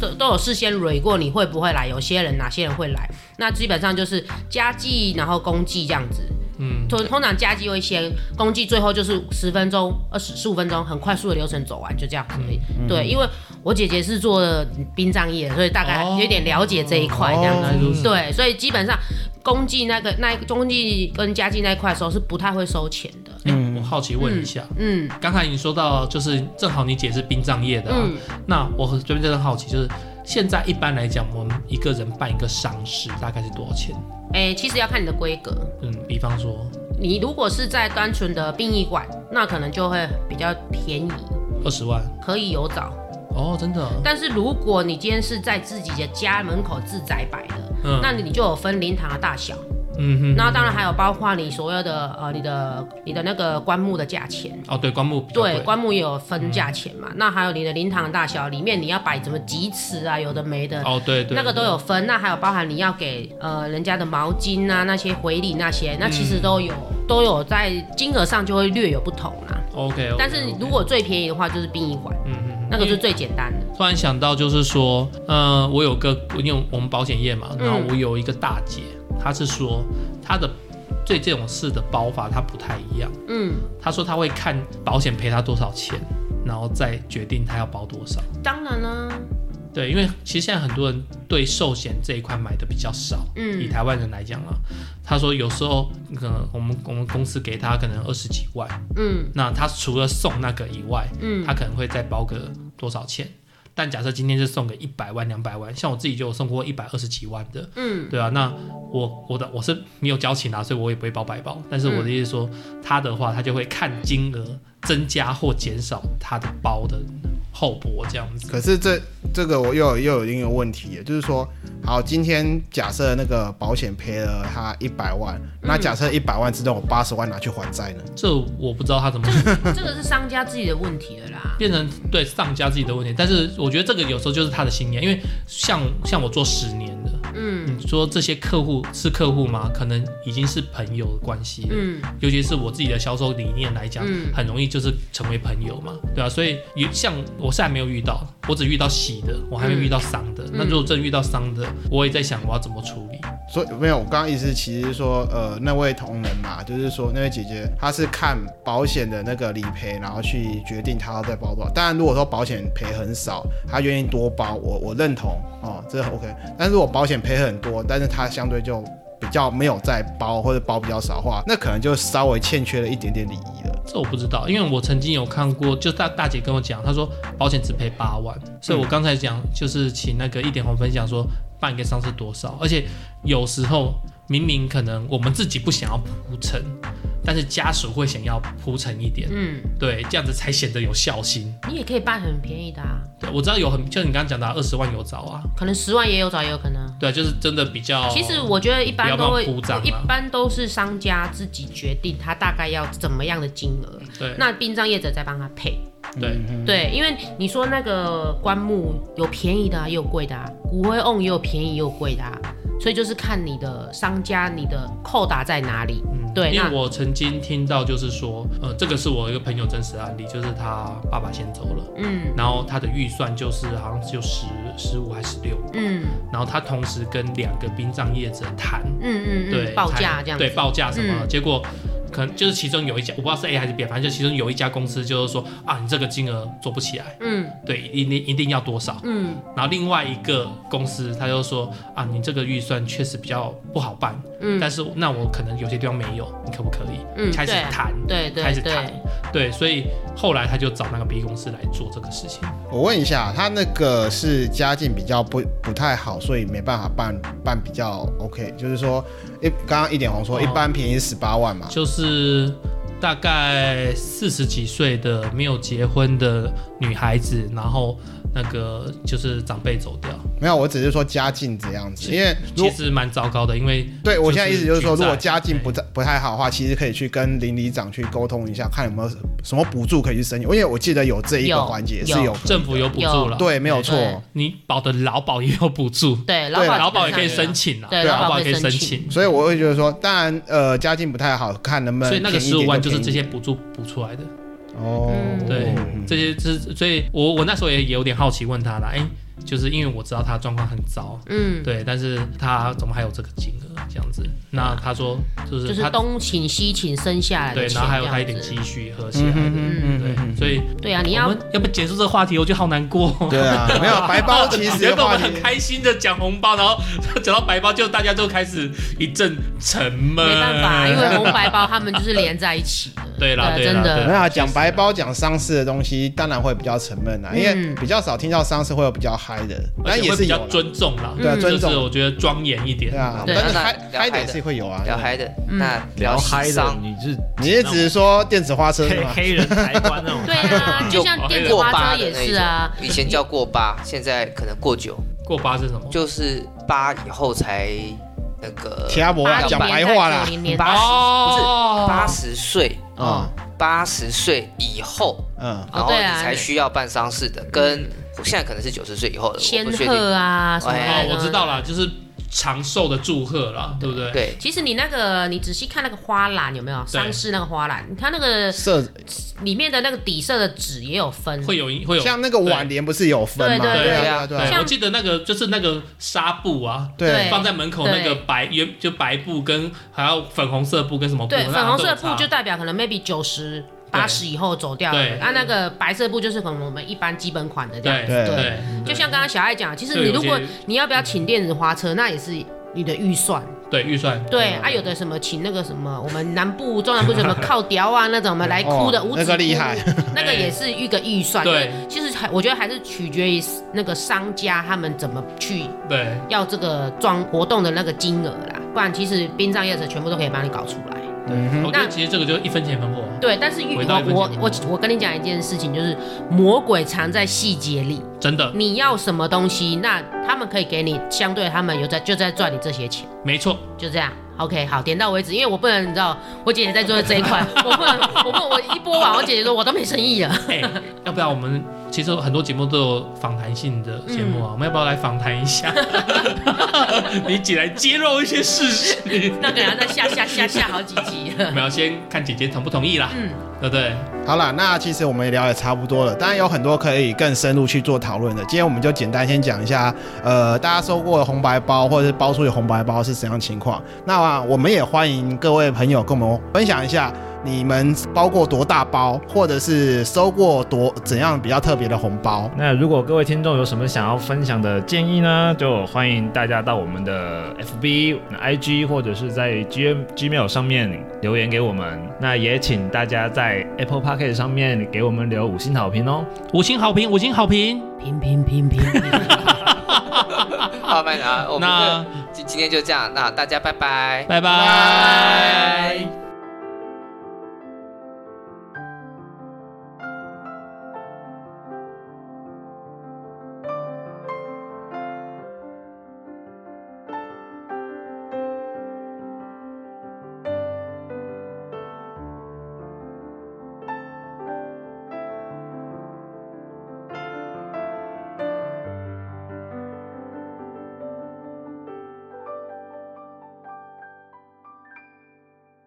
Speaker 4: 都都有事先蕊过你会不会来，有些人哪些人会来，那基本上就是家祭然后公祭这样子。
Speaker 1: 嗯，
Speaker 4: 通通常加计会先公祭，最后就是十分钟、二十十五分钟，很快速的流程走完，就这样可以。
Speaker 1: 嗯
Speaker 4: 对，因为我姐姐是做殡葬业的，所以大概
Speaker 1: 哦
Speaker 4: 有点了解这一块这样
Speaker 1: 原
Speaker 2: 哦
Speaker 4: 子。
Speaker 1: 来如此，
Speaker 4: 对，所以基本上公祭那个那公祭跟家祭那一块的时候是不太会收钱的。
Speaker 1: 嗯，我好奇问一下，
Speaker 4: 嗯
Speaker 1: 刚才你说到就是正好你姐是殡葬业的、啊，
Speaker 4: 嗯，
Speaker 1: 那我这边真的好奇，就是现在一般来讲，我们一个人办一个丧事大概是多少钱？
Speaker 4: 哎、其实要看你的规格。
Speaker 1: 嗯，比方说
Speaker 4: 你如果是在单纯的殡仪馆，那可能就会比较便宜，
Speaker 1: 二十万
Speaker 4: 可以有找。
Speaker 1: 哦，真的，
Speaker 4: 但是如果你今天是在自己的家门口自宅摆的，
Speaker 1: 嗯
Speaker 4: 那你就有分灵堂的大小，
Speaker 1: 嗯哼，
Speaker 4: 那当然还有包括你所有的呃你的你的那个棺木的价钱。
Speaker 1: 哦对，棺嗯木比较
Speaker 4: 对，
Speaker 1: 贵
Speaker 4: 棺木也有分价钱嘛，那还有你的灵堂的大小，里面你要摆什么几尺啊，有的没的，
Speaker 1: 哦对对，
Speaker 4: 那个都有分。那还有包含你要给呃人家的毛巾啊，那些回礼那些，那其实都有、都有在金额上就会略有不同啦。
Speaker 1: OK，,
Speaker 4: 但是如果最便宜的话，就是殡仪馆，
Speaker 1: 嗯嗯嗯
Speaker 4: 那个是最简单的。
Speaker 1: 突然想到，就是说，嗯、我有个因为我们保险业嘛，然后我有一个大姐，她是说她的对这种事的包法她不太一样，
Speaker 4: 嗯，
Speaker 1: 她说她会看保险赔她多少钱，然后再决定她要包多少。
Speaker 4: 当然啦、
Speaker 1: 对，因为其实现在很多人对寿险这一块买的比较少，
Speaker 4: 嗯
Speaker 1: 以台湾人来讲啊，他说有时候可能我们我们公司给他可能二十几万，
Speaker 4: 嗯
Speaker 1: 那他除了送那个以外，
Speaker 4: 嗯
Speaker 1: 他可能会再包个多少钱？但假设今天是送个一百万、两百万，像我自己就有送过一百二十几万的，
Speaker 4: 嗯，
Speaker 1: 对啊，那我我的我是没有交情啊，所以我也不会包白包。但是我的意思是说，
Speaker 4: 嗯
Speaker 1: 他的话他就会看金额增加或减少他的包的厚薄这样子。
Speaker 2: 可是这这个我又有又有另一个问题了，就是说，好，今天假设那个保险赔了他一百万，那
Speaker 4: 嗯
Speaker 2: 假设一百万之中有八十万拿去还债呢？
Speaker 1: 这我不知道他怎么
Speaker 4: 这个是商家自己的问题了啦。
Speaker 1: 变成对上家自己的问题，但是我觉得这个有时候就是他的信念，因为像像我做十年的，
Speaker 4: 嗯
Speaker 1: 你说这些客户是客户吗？可能已经是朋友的关系了，
Speaker 4: 嗯
Speaker 1: 尤其是我自己的销售理念来讲，
Speaker 4: 嗯
Speaker 1: 很容易就是成为朋友嘛，对啊，所以也像我现在没有遇到，我只遇到喜的，我还没
Speaker 4: 嗯
Speaker 1: 遇到伤的。那如果真遇到伤的，我也在想我要怎么处理。
Speaker 2: 所以没有，我刚刚意思其实是说，呃，那位同仁嘛，就是说那位姐姐她是看保险的那个理赔，然后去决定她要再包多少。当然，如果说保险赔很少，她愿意多包，我我认同哦，这很 OK。但是如果保险赔很多，但是她相对就比较没有再包或者包比较少的话，那可能就稍微欠缺了一点点礼仪了。
Speaker 1: 这我不知道，因为我曾经有看过，就大大姐跟我讲，她说保险只赔八万，所以我刚才讲就是请那个一点红分享说办一个伤是多少，而且有时候明明可能我们自己不想要铺陈，但是家属会想要铺陈一点，
Speaker 4: 嗯，
Speaker 1: 对，这样子才显得有孝心。
Speaker 4: 你也可以办很便宜的啊，
Speaker 1: 对，我知道有很，就你刚刚讲的二十万有找啊，
Speaker 4: 可能十万也有找，也有可能。
Speaker 1: 对，啊就是真的比较。
Speaker 4: 其实我觉得一
Speaker 1: 不要帮
Speaker 4: 般都
Speaker 1: 我
Speaker 4: 会
Speaker 1: 鼓掌啊，
Speaker 4: 一般都是商家自己决定他大概要怎么样的金额，
Speaker 1: 对
Speaker 4: 那殡葬业者再帮他配。
Speaker 1: 对，
Speaker 4: 对，因为你说那个棺木有便宜的、啊，也有贵的、啊，骨灰瓮也有便宜也有贵的、啊，所以就是看你的商家你的扣打在哪里。对，
Speaker 1: 嗯因为
Speaker 4: 那
Speaker 1: 我曾经听到就是说，呃，这个是我一个朋友真实案例，就是他爸爸先走了。
Speaker 4: 嗯
Speaker 1: 然后他的预算就是好像只有十十五还十六，
Speaker 4: 嗯
Speaker 1: 然后他同时跟两个殡葬业者谈，
Speaker 4: 嗯嗯
Speaker 1: 对
Speaker 4: 嗯，报价
Speaker 1: 谈
Speaker 4: 这样子。嗯
Speaker 1: 对报价什么的，结果可能就是其中有一家我不知道是 A 还是 B，反正就其中有一家公司就是说啊，你这个金额做不起来，
Speaker 4: 嗯
Speaker 1: 对，一定一定要多少，
Speaker 4: 嗯
Speaker 1: 然后另外一个公司他就说啊，你这个预算确实比较不好办，
Speaker 4: 嗯
Speaker 1: 但是那我可能有些地方没有，你可不可以？
Speaker 4: 嗯，
Speaker 1: 开始
Speaker 4: 对
Speaker 1: 谈，
Speaker 4: 对对
Speaker 1: 开始
Speaker 4: 对
Speaker 1: 谈，对，所以后来他就找那个 B 公司来做这个事情。
Speaker 2: 我问一下，他那个是家境比较不不太好，所以没办法办办比较 OK，就是说一刚刚一点红说、
Speaker 1: 哦
Speaker 2: 一般便宜十八万嘛，
Speaker 1: 就是大概四十几岁的没有结婚的女孩子，然后那个就是长辈走掉，
Speaker 2: 没有，我只是说家境这样子，
Speaker 1: 是
Speaker 2: 因为
Speaker 1: 其
Speaker 2: 如果
Speaker 1: 实蛮糟糕的，因为
Speaker 2: 对我现在意思就是说，
Speaker 1: 举
Speaker 2: 如
Speaker 1: 债
Speaker 2: 果家境不太不太好的话，其实可以去跟邻里长去沟通一下，看有没有什么补助可以去申请，因为我记得有这一个
Speaker 4: 有
Speaker 2: 环节
Speaker 4: 有
Speaker 2: 是有
Speaker 1: 政府有啊补助了，
Speaker 4: 有
Speaker 2: 对，没有错，
Speaker 4: 对
Speaker 1: 你保的劳保也有补助，
Speaker 4: 对，
Speaker 2: 对啊
Speaker 4: 保
Speaker 1: 劳保也可以
Speaker 4: 基本上
Speaker 1: 申请啦，啊
Speaker 4: 对
Speaker 1: 劳
Speaker 4: 劳
Speaker 1: 保
Speaker 4: 保
Speaker 1: 也
Speaker 4: 也
Speaker 1: 可以
Speaker 4: 可以
Speaker 1: 申
Speaker 4: 申
Speaker 1: 请
Speaker 4: 请。
Speaker 2: 所以我会觉得说，当然呃家境不太好，看能不能
Speaker 1: 所以那个
Speaker 2: 便宜一
Speaker 1: 十
Speaker 2: 点
Speaker 1: 五万
Speaker 2: 就
Speaker 1: 就是
Speaker 2: 便宜
Speaker 1: 这
Speaker 2: 一
Speaker 1: 些
Speaker 2: 点
Speaker 1: 补助补出来的，
Speaker 2: 哦，
Speaker 4: 嗯
Speaker 1: 对
Speaker 2: 嗯，
Speaker 1: 这些是，所以我我那时候也有点好奇问他啦，哎、就是因为我知道他状况很糟，
Speaker 4: 嗯
Speaker 1: 对，但是他怎么还有这个金额？这样子。那他说就是
Speaker 4: 就是
Speaker 1: 他
Speaker 4: 东请西请生下来的
Speaker 1: 对，
Speaker 4: 钱
Speaker 1: 然后还有他一
Speaker 4: 这
Speaker 1: 点
Speaker 4: 样子
Speaker 1: 积蓄
Speaker 2: 嗯
Speaker 1: 合起来的，对，所以
Speaker 4: 对啊，你
Speaker 1: 我
Speaker 4: 要
Speaker 1: 们要不结束这个话题，我觉得好难过。
Speaker 2: 对 啊，没有白包其实
Speaker 1: 原
Speaker 2: 的
Speaker 1: 本我
Speaker 2: 话
Speaker 1: 们
Speaker 2: 题
Speaker 1: 很，开心的讲红包，然后讲到白包，就大家就开始一阵沉闷。
Speaker 4: 没办法，啊因为红白包他们就是连在一起的。
Speaker 1: 嗯 对啦对啦
Speaker 4: 真
Speaker 1: 对
Speaker 2: 没
Speaker 1: 啦
Speaker 4: 的，
Speaker 2: 有啊讲白包讲丧事的东西，当然会比较沉闷啊啦，因为
Speaker 4: 嗯
Speaker 2: 比较少听到丧事会有比较嗨的，
Speaker 1: 而
Speaker 2: 但
Speaker 1: 且
Speaker 2: 也
Speaker 1: 会
Speaker 2: 是
Speaker 1: 比
Speaker 2: 有
Speaker 1: 较
Speaker 2: 啦，
Speaker 1: 尊重啦，
Speaker 2: 对啊，
Speaker 4: 嗯
Speaker 1: 就
Speaker 2: 尊
Speaker 1: 是
Speaker 2: 重，
Speaker 1: 我觉得庄严一点
Speaker 2: 对。啊，
Speaker 4: 对
Speaker 2: 但是
Speaker 5: 那
Speaker 2: 嗨
Speaker 5: 聊
Speaker 2: 嗨
Speaker 5: 嗨
Speaker 2: 的
Speaker 5: 的
Speaker 2: 是会有啊，
Speaker 5: 聊
Speaker 2: 对
Speaker 5: 嗨的，
Speaker 4: 嗯，
Speaker 5: 那
Speaker 3: 聊
Speaker 5: 聊
Speaker 3: 嗨
Speaker 5: 西
Speaker 3: 的，
Speaker 5: 丧，
Speaker 3: 你是
Speaker 2: 你是啊指说电子花车是
Speaker 3: 黑
Speaker 2: 吗？
Speaker 3: 黑人抬棺那种
Speaker 4: 对啊，就像电子
Speaker 5: 过
Speaker 4: 花
Speaker 5: 八
Speaker 4: 车
Speaker 5: 的
Speaker 4: 也
Speaker 5: 那一
Speaker 4: 是啊，
Speaker 5: 种，以前叫过八，现在可能过九，
Speaker 1: 过八是什么？
Speaker 5: 就是八以后才那个
Speaker 2: 铁阿伯啊，
Speaker 4: 80
Speaker 2: 讲白
Speaker 4: 年代
Speaker 2: 话啦
Speaker 4: 90，年代
Speaker 5: 八十不
Speaker 1: 哦
Speaker 5: 是八十岁，哦
Speaker 2: 嗯
Speaker 5: 八十岁以后，
Speaker 2: 嗯，
Speaker 5: 然
Speaker 4: 哦
Speaker 5: 后
Speaker 4: 对
Speaker 5: 你
Speaker 4: 啊
Speaker 5: 才需要办丧事的，跟我现在可能是九十岁以后的，我
Speaker 4: 仙
Speaker 5: 不确定。
Speaker 4: 鹤啊什么
Speaker 5: 哎
Speaker 1: 哦，
Speaker 4: 的。
Speaker 1: 我知道。啦，就是长寿的祝贺啦，对不对？
Speaker 5: 对，
Speaker 4: 其实你那个，你仔细看那个花篮有没有丧事那个花篮，它那个
Speaker 2: 色
Speaker 4: 里面的那个底色的纸也有分，
Speaker 1: 会有会有
Speaker 2: 像那个挽联不是有分吗？
Speaker 4: 对
Speaker 1: 对
Speaker 2: 对
Speaker 5: 对
Speaker 2: 啊
Speaker 5: 啊
Speaker 2: 对
Speaker 1: 对，
Speaker 2: 啊
Speaker 1: 我记得那个就是那个纱布啊，
Speaker 2: 对
Speaker 4: 对
Speaker 1: 放在门口那个白原就白布跟还有粉红色布跟什么布，
Speaker 4: 对，
Speaker 1: 那
Speaker 4: 粉红
Speaker 1: 都
Speaker 4: 色
Speaker 1: 有
Speaker 4: 布
Speaker 1: 差
Speaker 4: 就代表可能 maybe 九十
Speaker 1: 对
Speaker 4: 八十以后走掉
Speaker 1: 对
Speaker 4: 了，啊，那个白色布就是可能我们一般基本款的这样
Speaker 1: 对
Speaker 4: 子。
Speaker 2: 对
Speaker 1: 对，
Speaker 4: 就像刚刚小爱讲，其实
Speaker 1: 对
Speaker 4: 你
Speaker 1: 有
Speaker 4: 如果
Speaker 1: 些
Speaker 4: 你要不要请电子花车，那也是你的预算。
Speaker 1: 对预算
Speaker 4: 对啊，有的什么请那个什么，我们南部、中南部什 么靠雕啊那种，我们来哭的
Speaker 2: 哦
Speaker 4: 五指
Speaker 2: 那个厉害
Speaker 4: 哭，那个也是一个预算。
Speaker 1: 对，
Speaker 4: 其实还我觉得还是取决于那个商家他们怎么去
Speaker 1: 对
Speaker 4: 要这个装活动的那个金额啦，不然其实殡葬业者全部都可以帮你搞出来。
Speaker 2: 嗯
Speaker 1: 我觉得其实这个就一分钱一分货。
Speaker 4: 对，但是
Speaker 1: 回到
Speaker 4: 我
Speaker 1: 本
Speaker 4: 我
Speaker 1: 节
Speaker 4: 我我跟你讲一件事情，就是魔鬼藏在细节里。
Speaker 1: 真的，
Speaker 4: 你要什么东西，那他们可以给你，相对他们有在就在赚你这些钱，
Speaker 1: 没错，
Speaker 4: 就这样。OK，好，点到为止，因为我不能，你知道，我姐姐在做这一块，我不能，我不能，我一播完，我姐姐说我都没生意了。
Speaker 1: 哎，要不要我们其实很多节目都有访谈性的节目啊，我们要不要来访谈一下？你姐来揭露一些事实，
Speaker 4: 那可能要再下下下下好几集
Speaker 1: 我
Speaker 4: 了。
Speaker 1: 们要先看姐姐同不同意啦，
Speaker 4: 嗯，
Speaker 1: 对不对？
Speaker 2: 好啦，那其实我们也聊也差不多了，当然有很多可以更深入去做讨论的。今天我们就简单先讲一下，呃，大家收过的红白包或者是包出的红白包是怎样的情况。那、我们也欢迎各位朋友跟我们分享一下，你们包过多大包，或者是收过多怎样比较特别的红包。
Speaker 3: 那如果各位听众有什么想要分享的建议呢，就欢迎大家到我们的 FB、IG 或者是在 G M Gmail 上面留言给我们。那也请大家在 Apple p o c k e t 上面给我们留五星好评哦。
Speaker 1: 五星好评，五星好评。
Speaker 4: 拼拼拼拼拼，
Speaker 5: 好，麦达，我们
Speaker 1: 那
Speaker 5: 就今今天就这样，那大家拜拜。
Speaker 1: 拜拜。